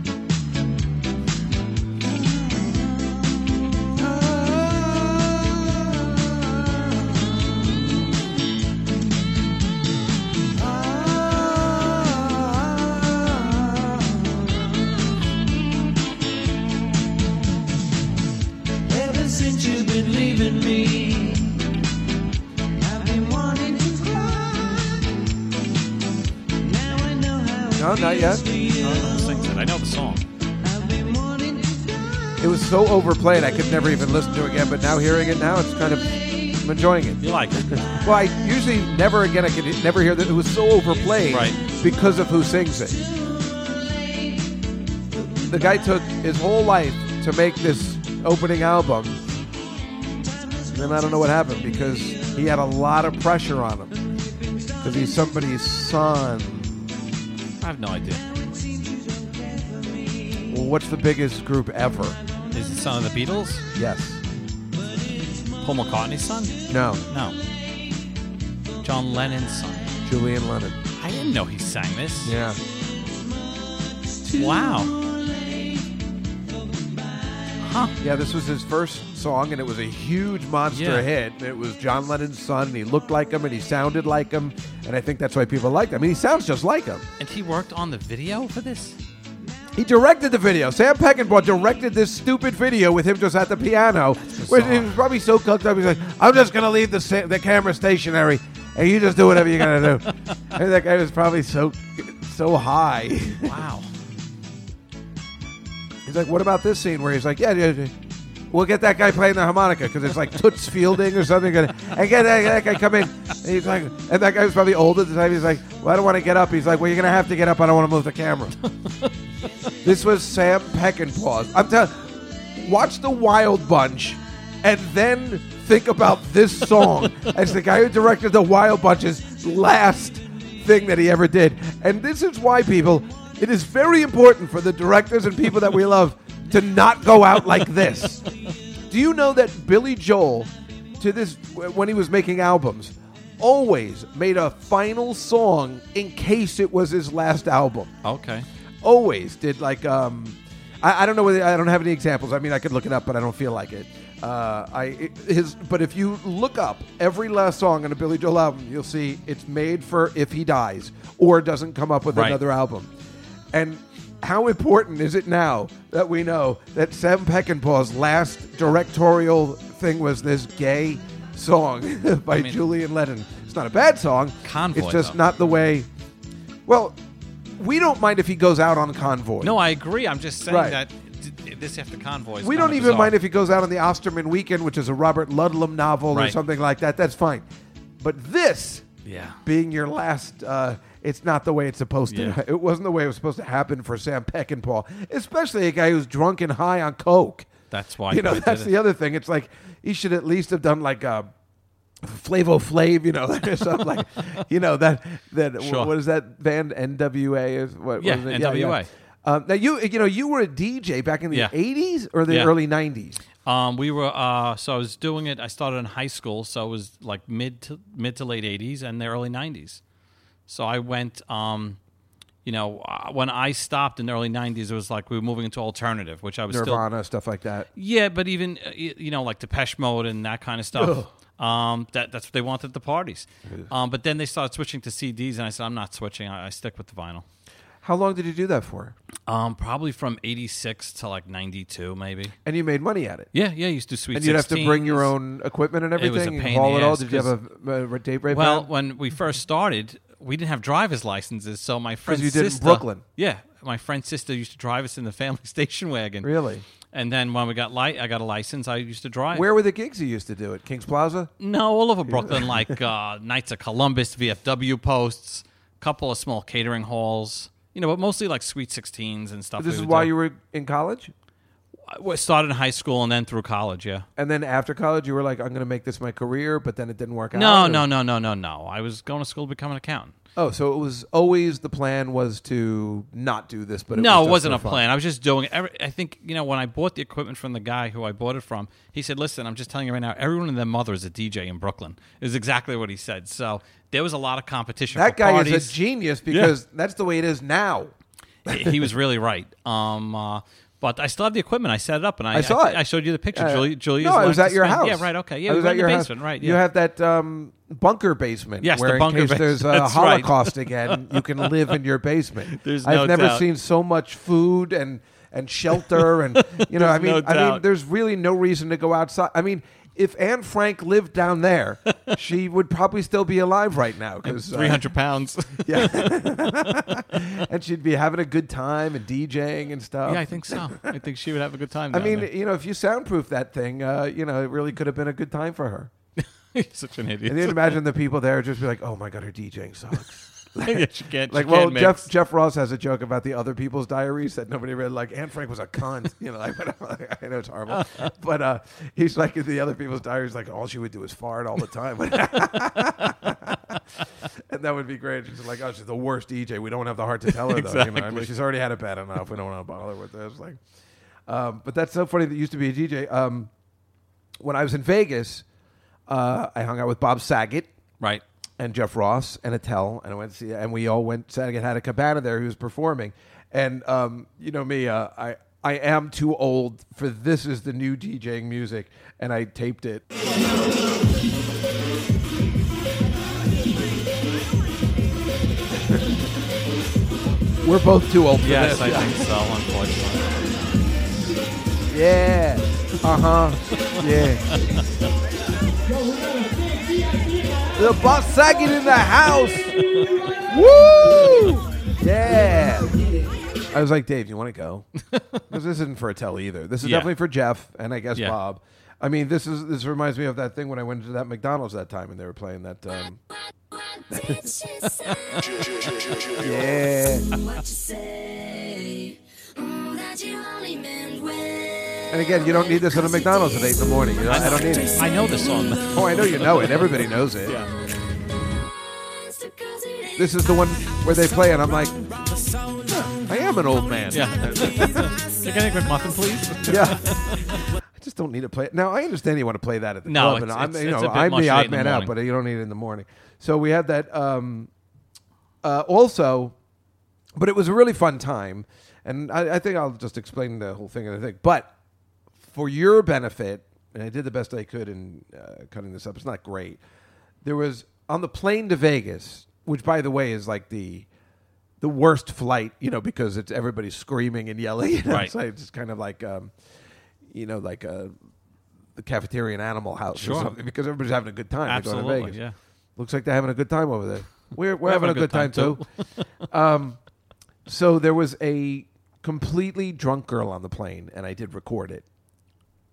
Ever since you've been leaving me, I've been wanting to cry. Now I know how it No, not yet. feels to you. Sings it. I know the song. I've been wanting to It was so overplayed I could never even listen to it again, but now hearing it now, it's kind of I'm enjoying it. You like it? well, I usually never again I could never hear that it was so overplayed Right. because of who sings it. The guy took his whole life to make this opening album. And then I don't know what happened because he had a lot of pressure on him. Because he's somebody's son. I have no idea. Well, what's the biggest group ever? Is it son of the Beatles? Yes. Paul McCartney's son? No. No. John Lennon's son. Julian Lennon. I didn't know he sang this. Yeah. Wow. Huh. Yeah, this was his first song, and it was a huge monster Yeah. hit. And It was John Lennon's son, and he looked like him, and he sounded like him, and I think that's why people liked him. I mean, he sounds just like him. And he worked on the video for this? He directed the video. Sam Peckinpah directed this stupid video with him just at the piano. Where he was probably so cooked up, he's like, "I'm just gonna leave the sa- the camera stationary, and you just do whatever you're gonna *laughs* do." and that guy was probably so so high. *laughs* Wow. He's like, what about this scene where he's like, yeah, yeah, yeah. we'll get that guy playing the harmonica because it's like Toots Fielding or something. And and get that, that guy come in. And he's like, and that guy was probably old at the time. He's like, well, I don't want to get up. He's like, well, you're gonna have to get up. I don't want to move the camera. this was Sam Peckinpah. I'm telling, watch the Wild Bunch, and then think about this song as the guy who directed the Wild Bunch's last thing that he ever did. And this is why, people, it is very important for the directors and people that we love to not go out like this. Do you know that Billy Joel, to this, when he was making albums, always made a final song in case it was his last album? Okay. Always did like um, I, I don't know whether I don't have any examples. I mean, I could look it up, but I don't feel like it. Uh, I it- his, but if you look up every last song on a Billy Joel album, you'll see it's made for if he dies or doesn't come up with Right. another album. And how important is it now that we know that Sam Peckinpah's last directorial thing was this gay song *laughs* by I mean- Julian Lennon? It's not a bad song. Convoy, It's just though. not the way. Well, we don't mind if he goes out on convoy. No, I agree. I'm just saying Right. that that this after convoy. is we kinda don't even bizarre. mind if he goes out on the Osterman weekend, which is a Robert Ludlum novel or Right. something like that. That's fine. But this, Yeah. being your last, uh, it's not the way it's supposed Yeah. to. *laughs* It wasn't the way it was supposed to happen for Sam Peckinpah, especially a guy who's drunk and high on coke. That's why *laughs* you know they did that's it. the other thing. It's like he should at least have done like a Flavo Flav, you know, *laughs* or something like you know that that Sure. what is that band NWA is what Yeah, was it? NWA. Um, now you you know you were a DJ back in the Yeah. '80s or the Yeah. early '90s. Um, we were uh, so I was doing it. I started in high school, so it was like mid to mid to late '80s and the early '90s. So I went. Um, you know, uh, when I stopped in the early '90s, it was like we were moving into alternative, which I was still Nirvana stuff like that. Yeah, but even uh, y- you know like Depeche Mode and that kind of stuff. Um, that that's what they wanted at the parties. Um, but then they started switching to CDs, and I said, I'm not switching. I, I stick with the vinyl. How long did you do that for? Um, probably from '86 to like '92, maybe. And you made money at it. Yeah, yeah. I used to do sweet. And you'd have to bring your 16s. own equipment and It was a everything and pain in haul the it all. ass Did you have 'cause- a, a date rape? Well, van? when we first started, we didn't have driver's licenses, so my friend's you did in sister, Brooklyn. Yeah, my friend's sister used to drive us in the family *laughs* station wagon. Really? And then when we got light, I got a license. I Mm-hmm. used to drive. where were the gigs you used to do at Kings Plaza? No, all over Brooklyn, like uh, Knights of Columbus, VFW posts, couple of small catering halls. You know, but mostly like Sweet 16s and stuff. This is why you were in college, were started in high school and then through college. Yeah. and then after college, you were like, "I'm going to make this my career," but then it didn't work No, out. no, or- no, no, no, no. I was going to school to become an accountant. Oh, so it was always the plan was to not do this, but it no, was it just wasn't for a fun. plan. I was just doing. Every, I think you know when I bought the equipment from the guy who I bought it from, he said, "Listen, I'm just telling you right now, everyone and their mother is a DJ in Brooklyn." Is exactly what he said. So there was a lot of competition. That for guy is parties. a genius Yeah. because that's the way it is now. he he was really right. Um, uh, but I still have the equipment. I set it up, and I, I saw I, it. I showed you the picture. Yeah. Julie, Julia's Uh, no, I was learned at to your spin. house. Yeah, right. Okay. Yeah, I we was were at in your the house. basement, right? You yeah. have that um, bunker basement. Yes, the where bunker in case base- there's a *laughs* that's right. *laughs* Holocaust again, you can live in your basement. There's I've no never doubt. seen so much food and *laughs* and shelter and you know, I There's mean, no I mean, doubt. there's really no reason to go outside. I mean. If Anne Frank lived down *laughs* there, she would probably still be alive right now. Because Three hundred pounds. *laughs* *laughs* yeah. *laughs* and she'd be having a good time and DJing and stuff. Yeah, I think so. I think she would have a good time. I down mean, there. *laughs* you know, if you soundproof that thing, uh, you know, it really could have been a good time for her. You're such an idiot. *laughs* And you'd imagine the people there would just be like, "Oh my god, her DJing sucks." Yeah, she can't- like, she well, can't mix. Jeff Jeff Ross has a joke about the other people's diaries that nobody read. Like, Anne Frank was a cunt. *laughs* You know, like, I know *laughs* it's horrible, but uh, he's like in the other people's diaries. Like, all she would do is fart all the time, *laughs* and that would be great. She's like, "Oh, she's the worst DJ. We don't have the heart to tell her though. You know, I mean, Exactly. she's already had it bad enough. We don't want to bother with this." Like, um, but that's so funny. That you used to be a DJ. Um, when I was in Vegas, uh, I hung out with Bob Saget, right, and Jeff Ross and Attell, and I went to see, and we all went. Saget had a cabana there. He was performing, and um, you know me, uh, I I am too old for this. Is the new DJing music, and I taped it. *laughs* We're both too old for Yes, this. I think so. Unfortunately. Yeah. Uh huh. Yeah. the Bob Saget in the house. Woo! Yeah. I was like, Dave, you want to go? *laughs* Because this isn't for Attell either. This is Yeah. definitely for Jeff and I guess Yeah. Bob. I mean, this is this reminds me of that thing when I went to that McDonald's that time and they were playing that. Um... *laughs* yeah. And again, you don't need this at a McDonald's at eight in the morning. You know, I, don't need it. I know this song. Oh, I know you know it. Everybody knows it. This is the one where they play, and I'm like, huh, I am an old man. Yeah. *laughs* Can I get a muffin, please? *laughs* yeah. *laughs* I just don't need to play it. Now I understand you want to play that at the No, club, it's- and I'm it's- you it's know a bit I'm much the late odd in the man out, morning. but you don't need it in the morning. So we had that. Um, uh, also, but it was a really fun time. And I, I think I'll just explain the whole thing in a thing. But for your benefit, and I did the best I could in uh, cutting this up. It's not great. There was on the plane to Vegas, which by the way is like the the worst flight, you know, because it's everybody screaming and yelling. *laughs* You know, Right. So it's kind of like, um, you know, like a the cafeteria in Animal House or Sure. something, because everybody's having a good time. They're going to Absolutely, Vegas. yeah. Looks like they're having a good time over there. We're, we're, having, a good, time, too. um, so there was a completely drunk girl on the plane, and I did record it.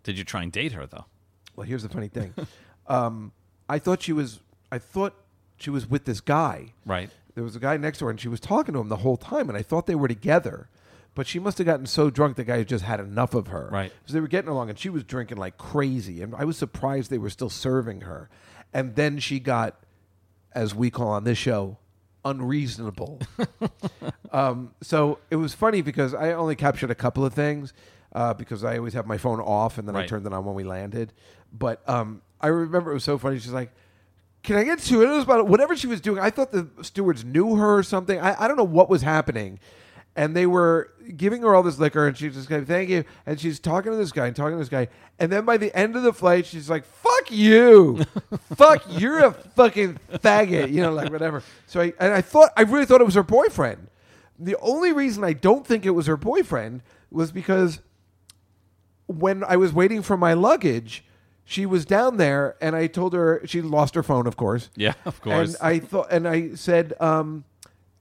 Did you try and date her though? Well, here's the funny thing. um, I thought she was. I thought she was with this guy. Right. There was a guy next to her, and she was talking to him the whole time, and I thought they were together. But she must have gotten so drunk the guy just had enough of her. Right. So they were getting along, and she was drinking like crazy, and I was surprised they were still serving her. And then she got, as we call on this show, unreasonable. um, so it was funny because I only captured a couple of things uh, because I always have my phone off and then I Right. turned it on when we landed. But um, I remember it was so funny. She's like, "Can I get to it?" It was about whatever she was doing. I thought the stewards knew her or something. I, I don't know what was happening. And they were giving her all this liquor, and she's just going, "Thank you." And she's talking to this guy and talking to this guy, and then by the end of the flight, she's like, "Fuck you, fuck, you're a fucking faggot," you know, like whatever. So I and I thought I really thought it was her boyfriend. The only reason I don't think it was her boyfriend was because when I was waiting for my luggage, she was down there, and I told her she lost her phone, of course. Yeah, of course. And I thought, and I said, um,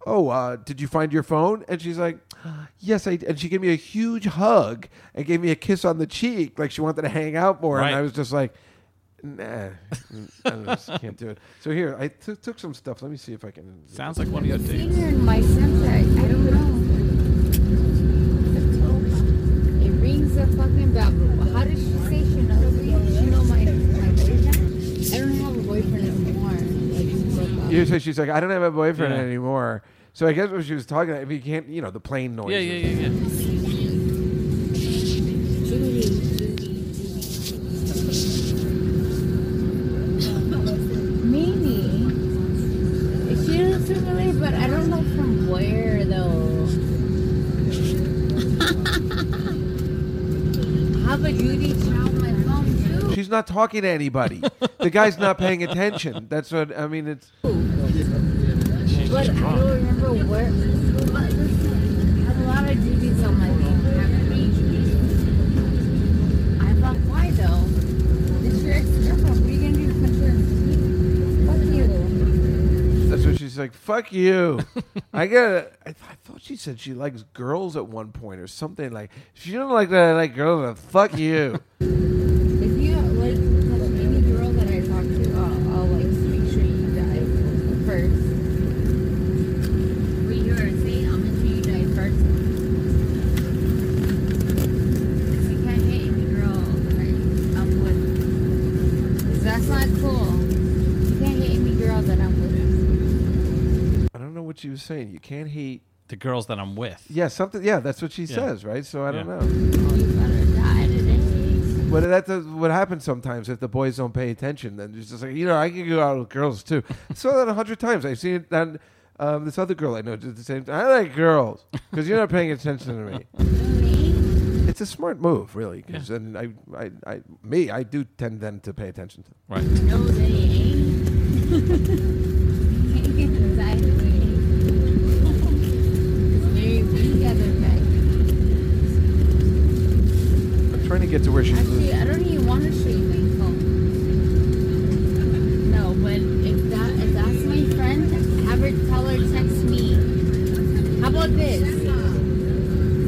"Oh, uh, did you find your phone?" And she's like, "Yes, I." And she gave me a huge hug and gave me a kiss on the cheek, like she wanted to hang out more. Right. And I was just like, "Nah, *laughs* I just can't do it." So here, I t- took some stuff. Let me see if I can. Sounds like one of your dates. in my sense, I, I don't know. It rings a fucking bell. How does she say she knows me? She know my, my boyfriend? I don't have a boyfriend anymore. Like, we broke up. Yeah, so she's like, I don't have a boyfriend Yeah. anymore. So I guess what she was talking about, if you can't, you know, the plane noise. Yeah, yeah, yeah, yeah. Maybe. She looks familiar, but I don't know from where though. *laughs* How about you reach out my phone too? She's not talking to anybody. the guy's not paying attention. That's what I mean. It's But I don't remember where. But listen, I have a lot of duties on my name. I thought, why though? It's your ex-girlfriend. What are you gonna do to put your Fuck you. that's what she's like. Fuck you. I got. I, th- I thought she said she likes girls at one point or something like. If you don't like that, I like girls. Then fuck you. If you like touch any girl that I talk to, I'll, I'll like make sure you die first. We hear her say, "I'll make sure you die first. Cause you can't hit any girl that I'm with. 'Cause that's not cool. You can't hit any girl that I'm with. I don't know what she was saying. You can't hate. The girls that I'm with. Yeah, something. Yeah, that's what she Yeah. says, right? So I don't Yeah. know. You better die today. But that's what happens sometimes if the boys don't pay attention. Then it's just like, you know, I can go out with girls too. I saw that a hundred times. I've seen it. And um, this other girl I know did the same. thing. I like girls because you're not paying attention to me. It's a smart move, really. 'cause then I, I, I, me, I do tend then to pay attention to. Right. No, they ain't. You can die today. We together, back. I'm trying to get to where she. Actually, I don't even want to show you my phone. No, but if that if that's my friend, have her tell her text me. How about this? No,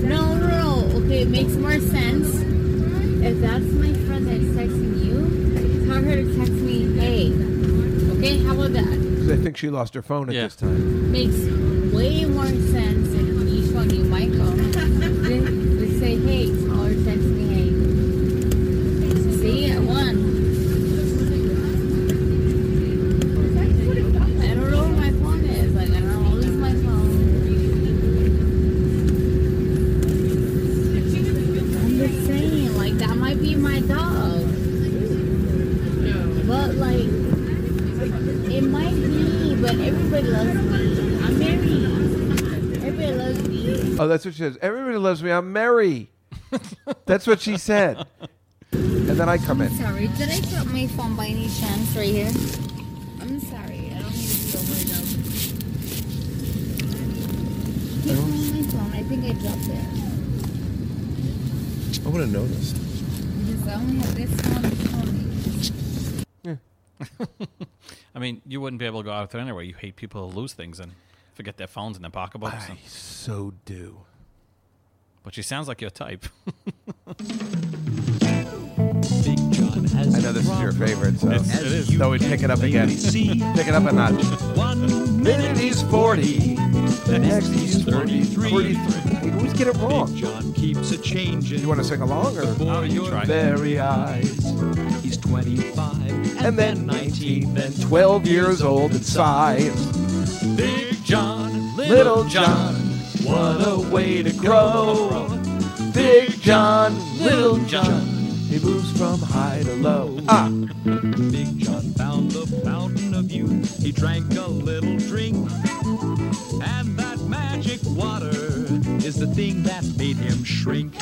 no, no. Okay, it makes more sense. If that's my friend that's texting you, tell her to text me. Hey, okay, how about that? 'cause I think she lost her phone at this time. Makes way more sense than each one you might go. Then Just say hey, tell her to text me hey. See, I won. I don't know where my phone is. Like, I don't always my phone. I'm just saying, like, that might be my dog. But, like, it might be, but everybody loves me. I'm married. Everybody loves me. Oh, that's what she says. Everybody loves me. I'm Mary. that's what she said. And then I come in. Sorry, did I drop my phone by any chance right here? I'm sorry. I don't need to be over it Keep playing my phone. I think I dropped it. I would have noticed. Because I only have this one phone. I mean, you wouldn't be able to go out there anyway. You hate people who lose things and forget their phones in their pocketbooks. I so do. But she sounds like your type. *laughs* I know this is your favorite, so It's- it is. So we pick it up again. pick it up a notch. One minute he's forty. The next he's 33. You always get it wrong. John keeps a changing. You want to sing along or? Before your very eyes, he's twenty-five, and then nineteen, then twelve years old in size. Big John, Little John, what a way to grow. Big John, Little John, he moves from high to low. Ah. Big John found the fountain of youth. He drank a little drink. And that magic water is the thing that made him shrink.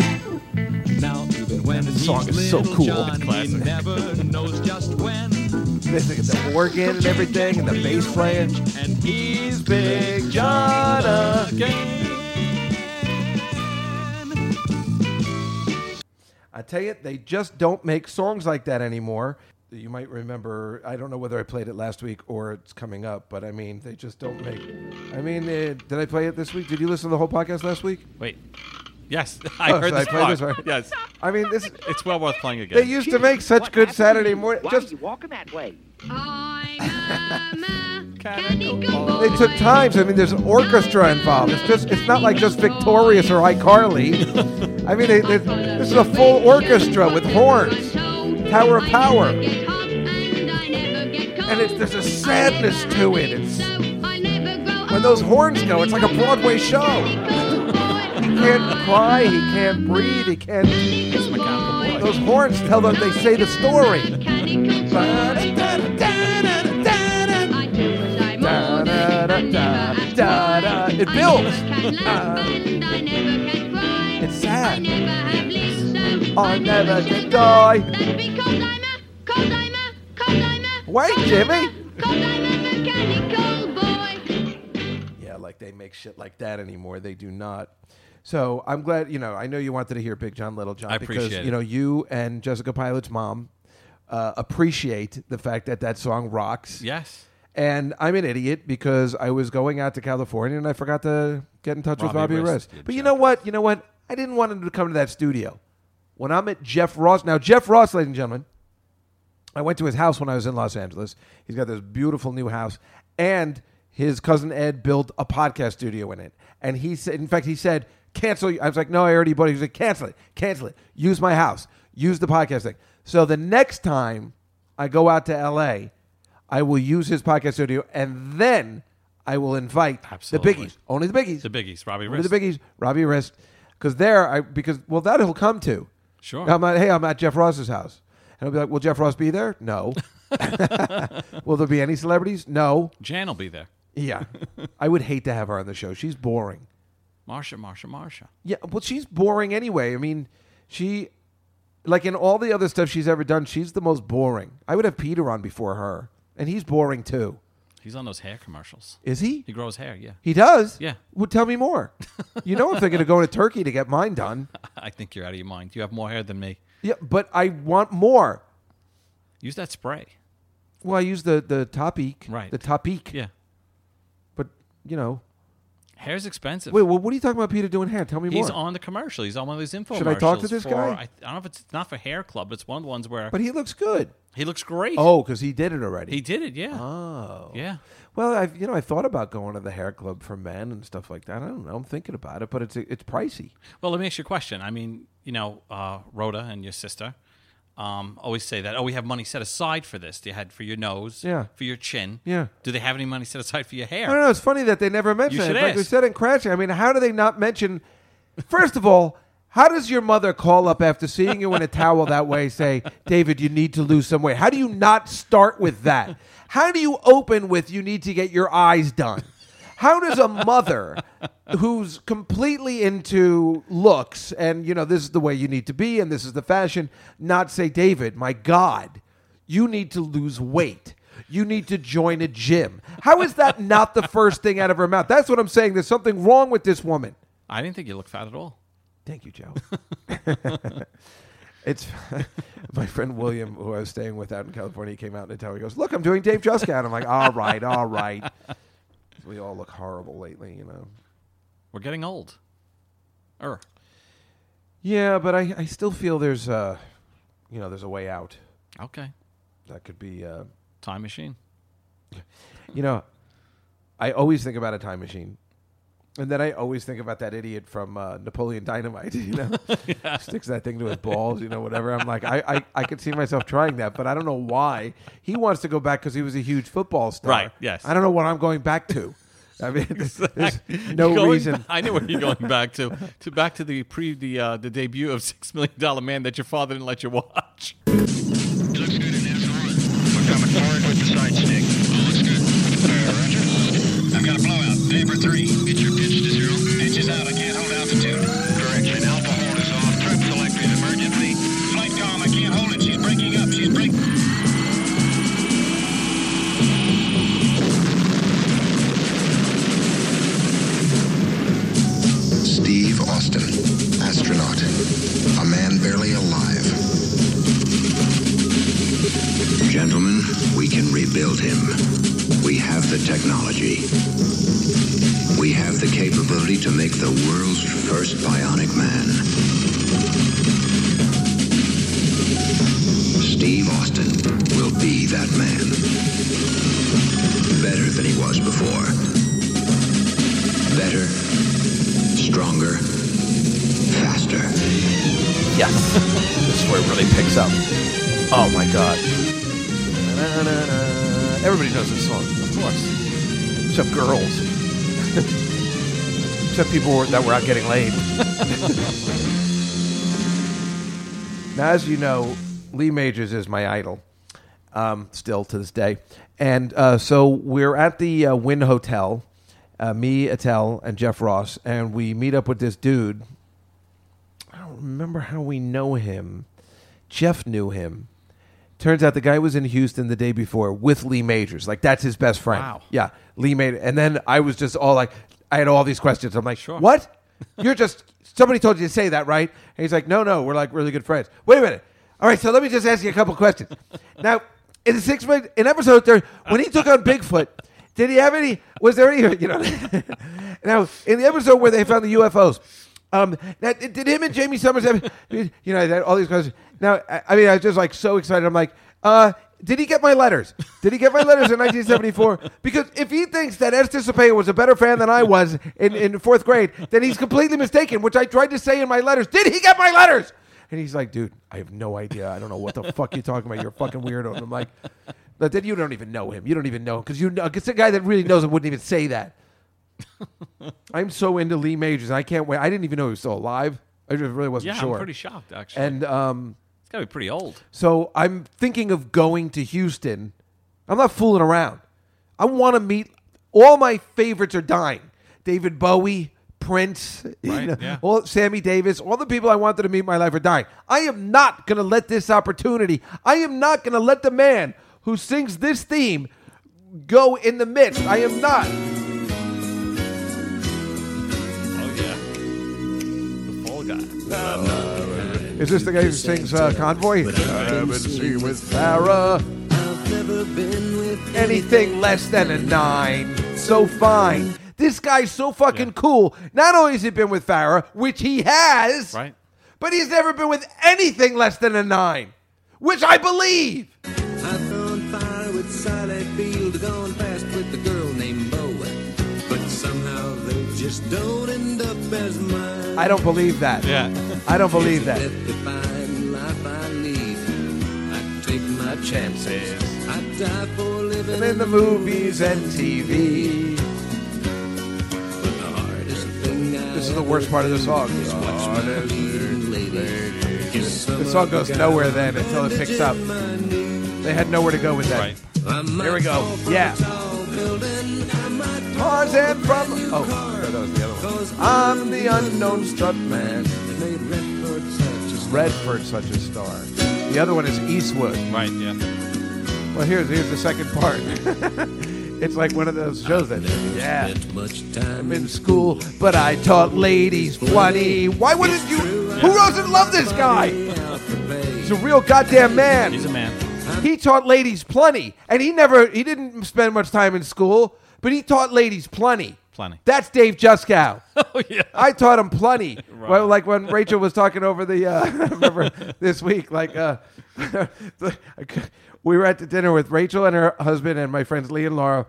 Now, even when That he's song is so little cool. John, It's he classic. never knows just when. the organ and everything, and the bass playing. And he's Big John uh, again. I tell you, they just don't make songs like that anymore. You might remember, I don't know whether I played it last week or it's coming up, but I mean, they just don't make. I mean, uh, did I play it this week? Did you listen to the whole podcast last week? Wait. Yes, *laughs* I Oh, heard so I this played part. this part. Yes. I mean, this. It's well worth playing again. They used to make such good Saturday morning. Just you walking that way? They took times. I mean, there's an orchestra involved. It's just, it's not like just Victorious or iCarly. I mean, they, they, this is a full orchestra with horns, Tower of Power, and it's, there's a sadness to it. It's when those horns go, it's like a Broadway show. He can't cry. He can't breathe. He can't. *laughs* Those horns tell them. They say the story. It builds. Uh, It's sad. I never can die. Wait, Jimmy. Yeah, like they make shit like that anymore. They do not. So I'm glad you know. I know you wanted to hear Big John, Little John, I because appreciate you it. know you and Jessica Pilot's mom uh, appreciate the fact that that song rocks. Yes. And I'm an idiot because I was going out to California and I forgot to get in touch with Robbie Bobby Rist Rist. did But you know what? You know what? I didn't want him to come to that studio. When I'm at Jeff Ross now, Jeff Ross, ladies and gentlemen, I went to his house when I was in Los Angeles. He's got this beautiful new house, and his cousin Ed built a podcast studio in it. And he said, in fact, he said, "Cancel." I was like, "No, I already bought it." He was like, "Cancel it, cancel it. Use my house. Use the podcast thing." So the next time I go out to L.A., I will use his podcast studio, and then I will invite the biggies, only the biggies, The biggies, Robbie only Rist. the biggies, Robbie Rist, because there, I because well, that he'll come to. Sure. I'm at, hey, I'm at Jeff Ross's house. And I'll be like, will Jeff Ross be there? *laughs* No. *laughs* will there be any celebrities? No. Jan will be there. Yeah. I would hate to have her on the show. She's boring. Marsha, Marsha, Marsha. Yeah. Well, she's boring anyway. I mean, she, like in all the other stuff she's ever done, she's the most boring. I would have Peter on before her, and he's boring too. He's on those hair commercials. Is he? He grows hair, yeah. *laughs* He does? Yeah. Well, tell me more. You know, I'm thinking of going to Turkey to get mine done. I think you're out of your mind. You have more hair than me. Yeah, but I want more. Use that spray. Well, I use the the topic, Right. The topic, Yeah. but you know, Hair's expensive. Wait, well, what are you talking about, Peter doing hair? Tell me He's more. on the commercial. He's on one of these infomercials. Should I talk to this for- guy? I, I don't know if it's not for Hair Club. but It's one of the ones where. But he looks good. He looks great. Oh, because he did it already. He did it, yeah. Oh. Yeah. Well, I've you know I thought about going to the hair club for men and stuff like that. I don't know. I'm thinking about it, but it's it's pricey. Well, let me ask you a question. I mean, you know, uh, Rhoda and your sister um, always say that. Oh, we have money set aside for this. They had for your nose, Yeah. for your chin, Yeah. Do they have any money set aside for your hair? I don't know. It's funny that they never mention You it. should Like we ask. said in Crashing, I mean, how do they not mention? First of all, how does your mother call up after seeing you in a towel that way? Say, David, you need to lose some weight. How do you not start with that? How do you open with you need to get your eyes done? How does a mother who's completely into looks and you know this is the way you need to be and this is the fashion not say David, my god, you need to lose weight. You need to join a gym. How is that not the first thing out of her mouth? That's what I'm saying. There's something wrong with this woman. I didn't think you looked fat at all. Thank you, Joe. *laughs* It's *laughs* my friend William, who I was staying with out in California, he came out in Italian. He goes, "Look, I'm doing Dave Juska," and I'm like, "All right, all right." We all look horrible lately, you know. We're getting old. Er. Yeah, but I, I still feel there's a, you know, there's a way out. Okay. That could be uh, Time machine. You know, I always think about a time machine. And then I always think about that idiot from uh, Napoleon Dynamite, *laughs* you know, sticks that thing to his balls, you know, whatever. I'm like, I, I, I could see myself trying that, but I don't know why. He wants to go back because he was a huge football star. Right, yes. I don't know what I'm going back to. I mean, there's, there's *laughs* no Going- reason. I know where you're going back to. *laughs* To back to the pre the uh, the debut of *laughs* Six Million Dollar Man that your father didn't let you watch. I've got a blowout. Number three. Get your pitch to zero. Pitch is out. I can't hold altitude. Correction. Alpha hold is off. Trip selected. Emergency. Flight calm. I can't hold it. She's breaking up. She's breaking. Steve Austin, astronaut, a man barely alive. Gentlemen, we can rebuild him. We have the technology. We have the capability to make the world's first bionic man. Steve Austin will be that man. Better than he was before. Better stronger, faster. Yeah. this is where it really picks up. Oh my god. Everybody knows this song, of course. Except girls. Except people were- that were out getting laid. *laughs* now, as you know, Lee Majors is my idol, um, still to this day. And uh, so we're at the uh, Wynn Hotel, uh, me, Attell, and Jeff Ross, and we meet up with this dude I don't remember how we know him. Jeff knew him. Turns out the guy was in Houston the day before with Lee Majors. Like that's his best friend. Wow. Yeah, Lee Majors. And then I was just all like, I had all these questions. I'm like, what? You're just somebody told you to say that, right? And he's like, no, no, we're like really good friends. Wait a minute. All right, so let me just ask you a couple questions. now, in the six minute, in episode thirty, when he took on Bigfoot, did he have any? Was there any? *laughs* You know, now in the episode where they found the UFOs, um, now, did did him and Jamie Summers have? *laughs* You know, that, all these questions. Now, I, I mean, I was just like so excited. I'm like, uh, did he get my letters? Did he get my letters in 1974? Because if he thinks that Ed Cipayo was a better fan than I was in, in fourth grade, then he's completely mistaken. Which I tried to say in my letters. Did he get my letters? And he's like, dude, I have no idea. I don't know what the fuck you're talking about. You're a fucking weirdo. And I'm like, but then you don't even know him. You don't even know him because you know, because the guy that really knows him wouldn't even *laughs* say that. I'm so into Lee Majors. I can't wait. I didn't even know he was still alive. I just really wasn't Yeah, I'm sure. pretty shocked, actually. And um, It's gotta be pretty old. So I'm thinking of going to Houston. I'm not fooling around. I want to meet. All my favorites are dying. David Bowie, Prince, you Right, know, yeah. all Sammy Davis, all the people I wanted to meet in my life are dying. I am not going to let this opportunity. I am not going to let the man who sings this theme go in the midst. I am not. Oh yeah. Oh. The fall guy. Is this the guy who sings uh, Convoy? I haven't seen with Farah anything less than a nine. So fine. This guy's so fucking cool. Not only has he been with Farah, which he has, Right. but he's never been with anything less than a nine, which I believe. with Sally Field gone fast with a girl named Bo. But somehow they just don't end up as mine. I don't believe that. Yeah. I don't believe that. Let the fine life I lead. I take my chances. I die for living And in the movies and TV. This is the worst part of the song. The song goes nowhere then until it picks up. They had nowhere to go with that. There we go. Yeah. building. I might Tarzan from. Oh, no, that was the other one. I'm the unknown strut man. Redford, such a star. The other one is Eastwood. Right, yeah. Well, here's here's the second part. *laughs* it's like one of those shows that. Yeah. I'm in school, but I taught ladies plenty. Why wouldn't you? Who doesn't love this guy? He's a real goddamn man. He's a man. *laughs* He taught ladies plenty, and he never he didn't spend much time in school, but he taught ladies plenty. Plenty. That's Dave Juskow. oh yeah. *laughs* I taught him plenty. Well, like when Rachel was talking over the uh, *laughs* I remember this week, like uh, *laughs* we were at the dinner with Rachel and her husband and my friends Lee and Laura.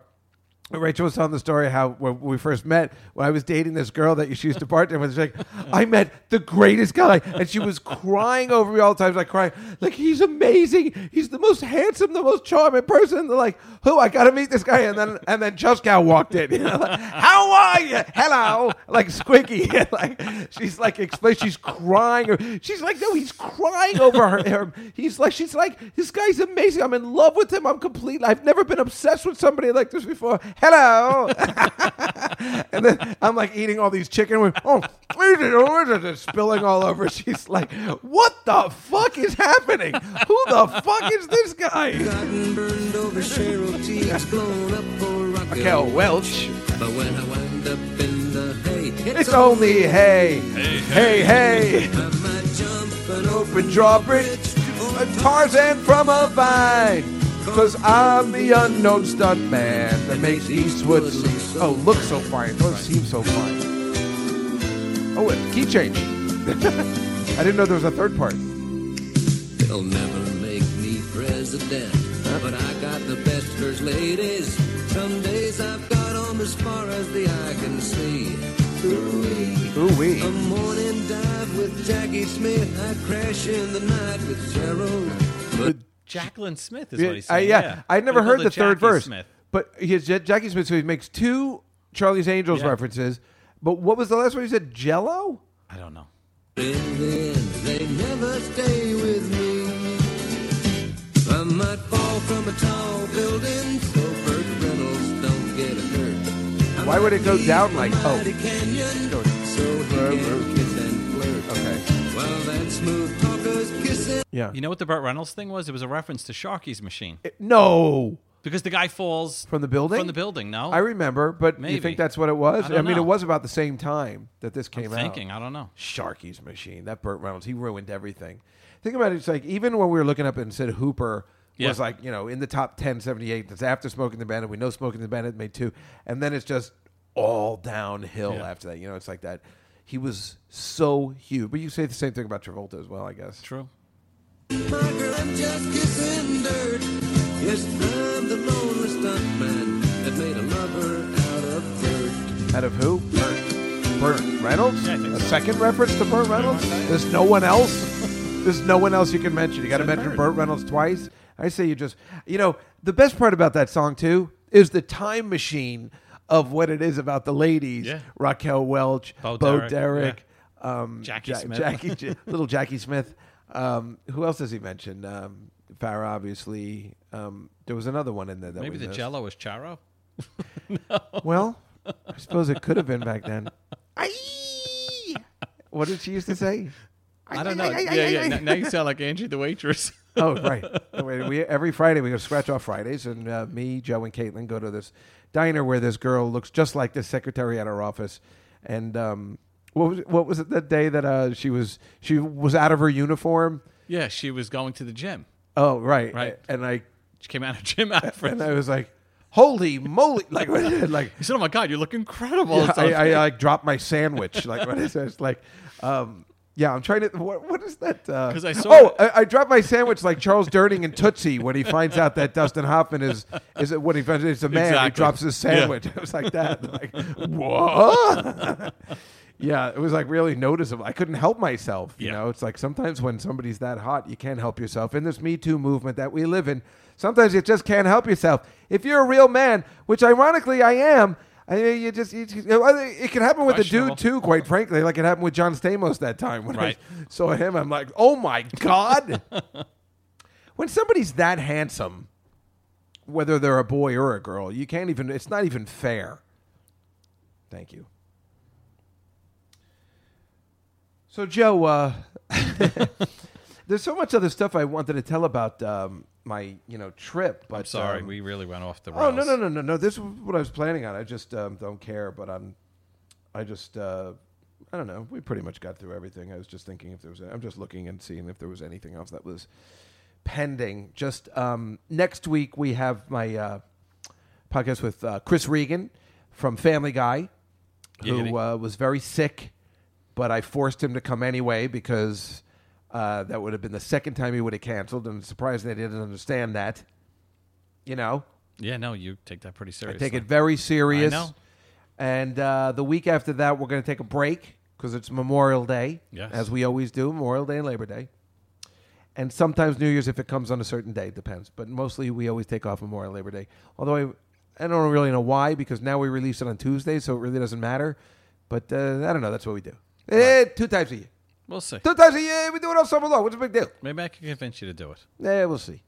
Rachel was telling the story how when we first met, when I was dating this girl that she used to bartend with, she's like, I met the greatest guy. And she was crying over me all the time, like crying, like, he's amazing. He's the most handsome, the most charming person. And they're like, who? I got to meet this guy. And then and then Juskow walked in. *laughs* You know, like, how are you? Hello. Like squeaky. *laughs* like She's like, explain. She's crying. She's like, no, he's crying over her. her- He's like, she's like, this guy's amazing. I'm in love with him. I'm completely, I've never been obsessed with somebody like this before. Hello. *laughs* and then I'm like eating all these chicken wings. Oh, just spilling all over. *laughs* She's like, what the fuck is happening? Who the fuck is this guy? Raquel Welch. But when I wind up in the hay, It's only hey, hey, Hey, hey. I might jump an Open drawbridge, a Tarzan from a vine. Cause I'm the unknown stunt man that makes Eastwood seem- oh look so fine, don't seem so fine. Oh, and key change. *laughs* I didn't know there was a third part. They'll never make me president, but I got the best first ladies. Some days I've got 'em as far as the eye can see. Ooh wee. A morning dive with Jackie Smith. I crash in the night with Gerald. Jacqueline Smith is Yeah, what he's I, saying. yeah. yeah. I never They heard call the it third Jackie verse. Smith. But he has Ja- Jackie Smith, so he makes two Charlie's Angels Yeah. references. But what was the last one he said? Jello? I don't know. In the end, they never stay with me. I might fall from a tall building, so Burt Reynolds don't get hurt. I Why would it might go leave down a like- oh. mighty Canyon, so he can kiss and flirt. Okay. While that smooth talker's kissing. Yeah. You know what the Burt Reynolds thing was? It was a reference to Sharky's machine. No. Because the guy falls From the building? From the building, no? I remember, but you Maybe. think that's what it was? I don't mean, know. it was about the same time that this came I'm out. thinking, I don't know. Sharky's machine. That Burt Reynolds, he ruined everything. Think about it. It's like even when we were looking up and said Hooper Yeah. was like, you know, in the top 10, 78. That's after Smoking the Bandit. We know Smoking the Bandit made two. And then it's just all downhill Yeah. after that. You know, it's like that. He was so huge. But you say the same thing about Travolta as well, I guess. True. My girl, I'm just kissing dirt. Yes, I'm the lonely stuntman that made a lover out of Burt. Out of who? Burt. Burt Reynolds? a second reference to Burt Reynolds? There's no one else? There's no one else you can mention. You got to mention Burt Reynolds twice. I say you just, you know, the best part about that song, too, is the time machine of what it is about the ladies. Yeah. Raquel Welch, Bo Bo, Derek, Derek, um, Jackie Smith. *laughs* Jackie, J- little Jackie Smith. Um, who else does he mention? Um, Farrah, obviously. Um, there was another one in there that Maybe we the missed. jello is Charo? Well, I suppose it could have been back then. What did she used to say? I don't know. yeah, yeah. Now- Now you sound like Angie the *laughs* waitress. oh, right. Wait, We, every Friday we go to Scratch Off Fridays, and uh, me, Joe, and Caitlin go to this diner where this girl looks just like the secretary at our office. And um, what was what was it that day that uh, she was she was out of her uniform? Yeah, she was going to the gym. Oh, right, Right. And I She came out of gym *laughs* outfit. and I was like, holy moly! Like *laughs* like He said, "Oh my God, you look incredible." Yeah, It's I, like- I, like dropped my sandwich. Like what is this? Like, um, yeah, I'm trying to. What, what is that? 'Cause Because I saw Oh, it- I, I dropped my sandwich like Charles Durning and Tootsie when he finds out that Dustin Hoffman is is it, when he finds out it's a man. He Exactly. drops his Yeah. sandwich. *laughs* It was like that. Like what? *laughs* yeah, it was like really noticeable. I couldn't help myself. You know, it's like sometimes when somebody's that hot, you can't help yourself. In this Me Too movement that we live in, sometimes you just can't help yourself. If you're a real man, which ironically I am, I mean, you just you, you- it can happen with a dude too. Quite frankly, like it happened with John Stamos that time when Right. I saw him. I'm like, oh my god. when somebody's that handsome, whether they're a boy or a girl. You can't even. It's not even fair. Thank you. So Joe, uh, *laughs* there's so much other stuff I wanted to tell about um, my you know trip. But I'm sorry, um, we really went off the Oh rails. no no no no no! This is what I was planning on. I just um, don't care, but I'm. I just uh, I don't know. We pretty much got through everything. I was just thinking if there was. I'm just looking and seeing if there was anything else that was pending. Just um, next week we have my uh, podcast with uh, Chris Regan from Family Guy, who uh, was very sick, but I forced him to come anyway because. Uh, that would have been the second time he would have canceled, and surprised they didn't understand that. You know, Yeah, no, you take that pretty seriously. I take it very serious. I know. And uh, the week after that, we're going to take a break because it's Memorial Day, Yes. as we always do, Memorial Day and Labor Day. And sometimes New Year's if it comes on a certain day, depends. But mostly we always take off Memorial and Labor Day. Although I, I don't really know why because now we release it on Tuesday, so it really doesn't matter. But uh, I don't know. That's what we do. Eh, two times a year. We'll see. Two times a year. We do it all summer long. What's the big deal? Maybe I can convince you to do it. Yeah, Eh, we'll see.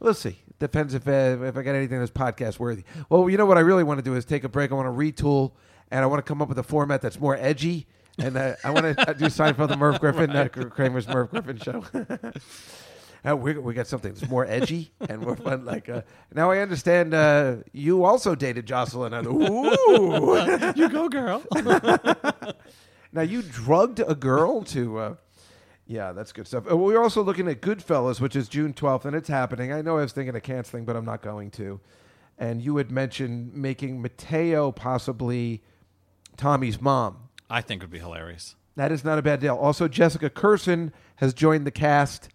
We'll see. Depends if uh, if I got anything that's podcast worthy. Well, you know what I really want to do is take a break. I want to retool, and I want to come up with a format that's more edgy. And uh, I want to do Seinfeld and Merv Griffin, Right. not Kramer's Merv Griffin show. *laughs* Uh, we, we got something that's more edgy and more fun. Like uh, now, I understand uh, you also dated Jocelyn. And, ooh, *laughs* You go, girl. now you drugged a girl to. Uh, yeah, that's good stuff. Uh, we're also looking at Goodfellas, which is June twelfth, and it's happening. I know I was thinking of canceling, but I'm not going to. And you had mentioned making Mateo possibly Tommy's mom. *laughs* I think it would be hilarious. That is not a bad deal. Also, Jessica Curson has joined the cast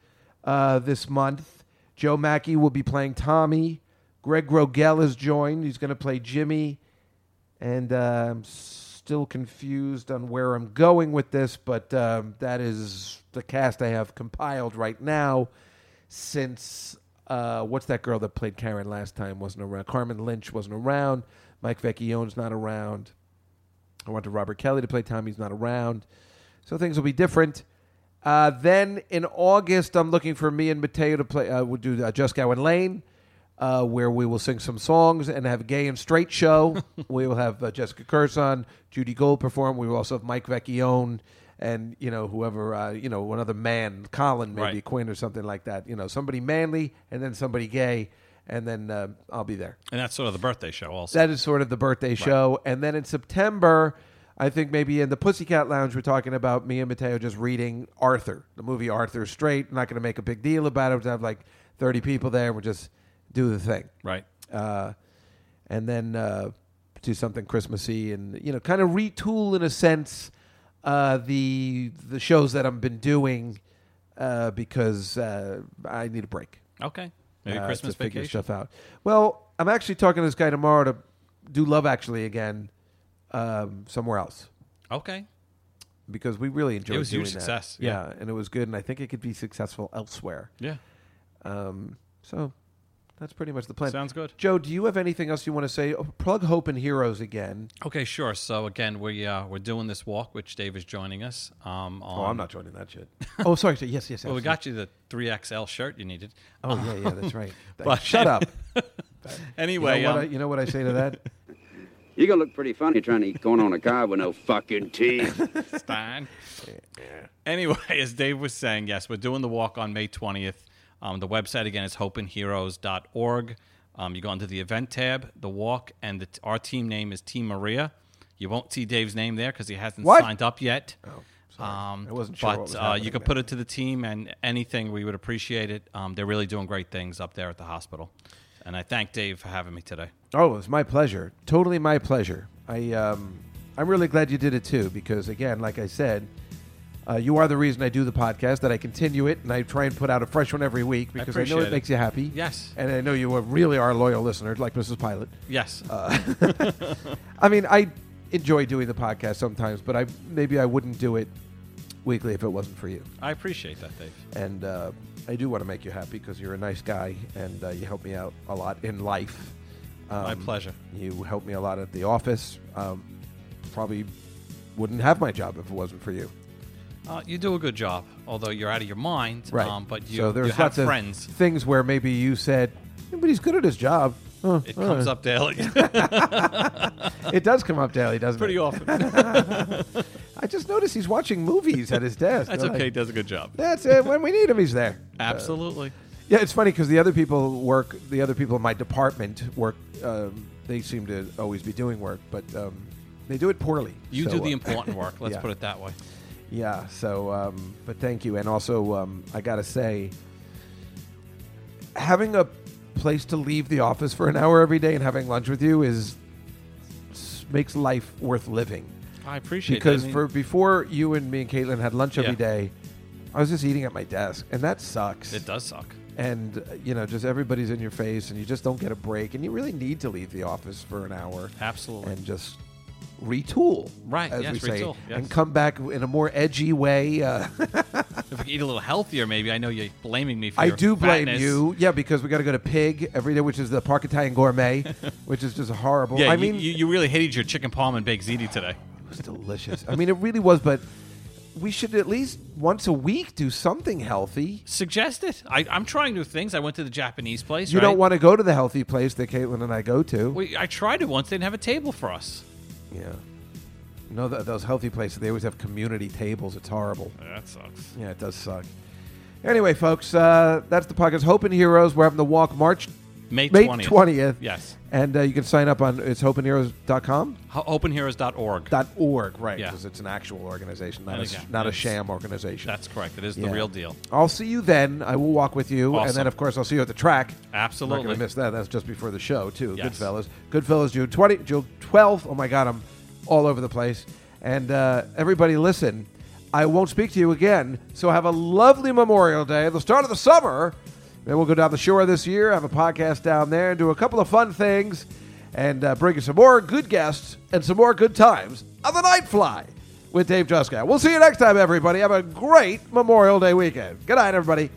uh, this month. Joe Mackey will be playing Tommy. Greg Rogel has joined. He's going to play Jimmy. And uh, I'm still confused on where I'm going with this, but um, that is the cast I have compiled right now since uh, what's that girl that played Karen last time wasn't around? Carmen Lynch wasn't around. Mike Vecchione's not around. I wanted Robert Kelly to play Tommy's not around. So things will be different. Uh, then in August, I'm looking for me and Mateo to play. Uh, we'll do uh, Just Gowan Lane, uh, where we will sing some songs and have a gay and straight show. we will have uh, Jessica Curson, Judy Gold perform. We will also have Mike Vecchione and, you know, whoever, uh, you know, another man, Colin maybe, Right. Quinn or something like that. You know, somebody manly and then somebody gay. And then uh, I'll be there. And that's sort of the birthday show also. That is sort of the birthday show. And then in September, I think maybe in the Pussycat Lounge, we're talking about me and Mateo just reading Arthur, the movie Arthur straight. Not going to make a big deal about it. We'll have like 30 people there. We'll just do the thing. Right. Uh, and then uh, do something Christmassy and, you know, kind of retool in a sense uh, the, the shows that I've been doing uh, because uh, I need a break. Okay. Maybe uh, Christmas to figure vacation. stuff out. Well, I'm actually talking to this guy tomorrow to do Love Actually again um, somewhere else Okay. because we really enjoyed It was a doing huge that. success, Yeah. and it was good, and I think it could be successful elsewhere. Yeah. Um, so that's pretty much the plan. Sounds good. Joe, do you have anything else you want to say? Oh, plug Hope and Heroes again. Okay, sure. So again, we uh, we're doing this walk, which Dave is joining us. Um, on, Oh, I'm not joining that shit. *laughs* Oh, sorry, sorry. Yes, yes, Well, we yes. got you the three XL shirt you needed. Oh, yeah, yeah, *laughs* that's right. but- Shut up. anyway, you know, um, what I, you know what I say to that? *laughs* You gonna look pretty funny trying to going on a car with no fucking teeth. Stein. Anyway, as Dave was saying, yes, we're doing the walk on May 20th. Um, the website again is hopeandheroes.org. Um, you go into the event tab, the walk, and the, our team name is Team Maria. You won't see Dave's name there because he hasn't What? signed up yet. Oh, um, I wasn't sure But what was uh, happening you can there. put it to the team and anything. We would appreciate it. Um, they're really doing great things up there at the hospital. And I thank Dave for having me today. Oh, it's my pleasure. Totally my pleasure. I um, I'm really glad you did it too because again, like I said, uh, you are the reason I do the podcast. That I continue it and I try and put out a fresh one every week because I, know appreciate it, it. makes you happy. Yes. and I know you are really are loyal listeners, like Mrs. Pilot. Yes. Uh, I mean, I enjoy doing the podcast sometimes, but I maybe I wouldn't do it weekly if it wasn't for you. I appreciate that, Dave. And uh, I do want to make you happy because you're a nice guy and uh, you help me out a lot in life. Um, My pleasure. You help me a lot at the office. Um, probably wouldn't have my job if it wasn't for you. Uh, you do a good job, although you're out of your mind. Um, but you, so there's you have lots *laughs* friends. *laughs* of things where maybe you said, "Yeah, but he's good at his job. Oh, it all comes right. up daily. it does come up daily, *laughs* doesn't Pretty it? often. I just noticed he's watching movies at his *laughs* desk. That's They're okay. He like, does a good job. That's it. When we need him, he's there. Absolutely. Yeah, it's funny because the other people work. The other people in my department work. Um, they seem to always be doing work, but um, they do it poorly. You So, do the uh, important work. Let's yeah. put it that way. Yeah. So, um, but thank you, and also um, I gotta say, having a place to leave the office for an hour every day and having lunch with you is s- makes life worth living. I appreciate that. I because mean- for before you and me and Caitlin had lunch every Yeah. day, I was just eating at my desk, and that sucks. It does suck. And uh, you know, just everybody's in your face, and you just don't get a break, and you really need to leave the office for an hour, absolutely, and just retool, Right, As yes, we say, retool, yes. and come back in a more edgy way. Uh, If we could eat a little healthier, maybe. I know you're blaming me for I your do blame fatness. you, yeah, because we got to go to Pig every day, which is the Park Italian *laughs* Gourmet, which is just horrible. Yeah, I you- mean, you, you really hated your chicken palm and baked ziti today. It was delicious. I mean, it really was, but we should at least once a week do something healthy. Suggest it. I, I'm trying new things. I went to the Japanese place. You right? don't want to go to the healthy place that Caitlin and I go to. We, I tried it once. They didn't have a table for us. Yeah. No, th- those healthy places, they always have community tables. It's horrible. That sucks. Yeah, it does suck. Anyway, folks, uh, that's the podcast. Hope and Heroes. We're having the walk March May 20th. 20th. Yes. And uh, you can sign up on it's hopeandheroes.com. Ho- Openheroes.org. Dot org, right? Yeah. Because it's an actual organization, not, And a, again, sh- not a it's- sham organization. That's correct. It is the real deal. I'll see you then. I will walk with you, and Awesome. then of course I'll see you at the track. Absolutely. not gonna miss that. That's just before the show too. Yes. Goodfellas, Goodfellas, June twenty, June twelfth. Oh my God, I'm all over the place. And uh, everybody, listen. I won't speak to you again. So have a lovely Memorial Day, the start of the summer. Then we'll go down the shore this year, have a podcast down there, and do a couple of fun things, and uh, bring you some more good guests and some more good times on the Night Fly with Dave Juskow. We'll see you next time, everybody. Have a great Memorial Day weekend. Good night, everybody.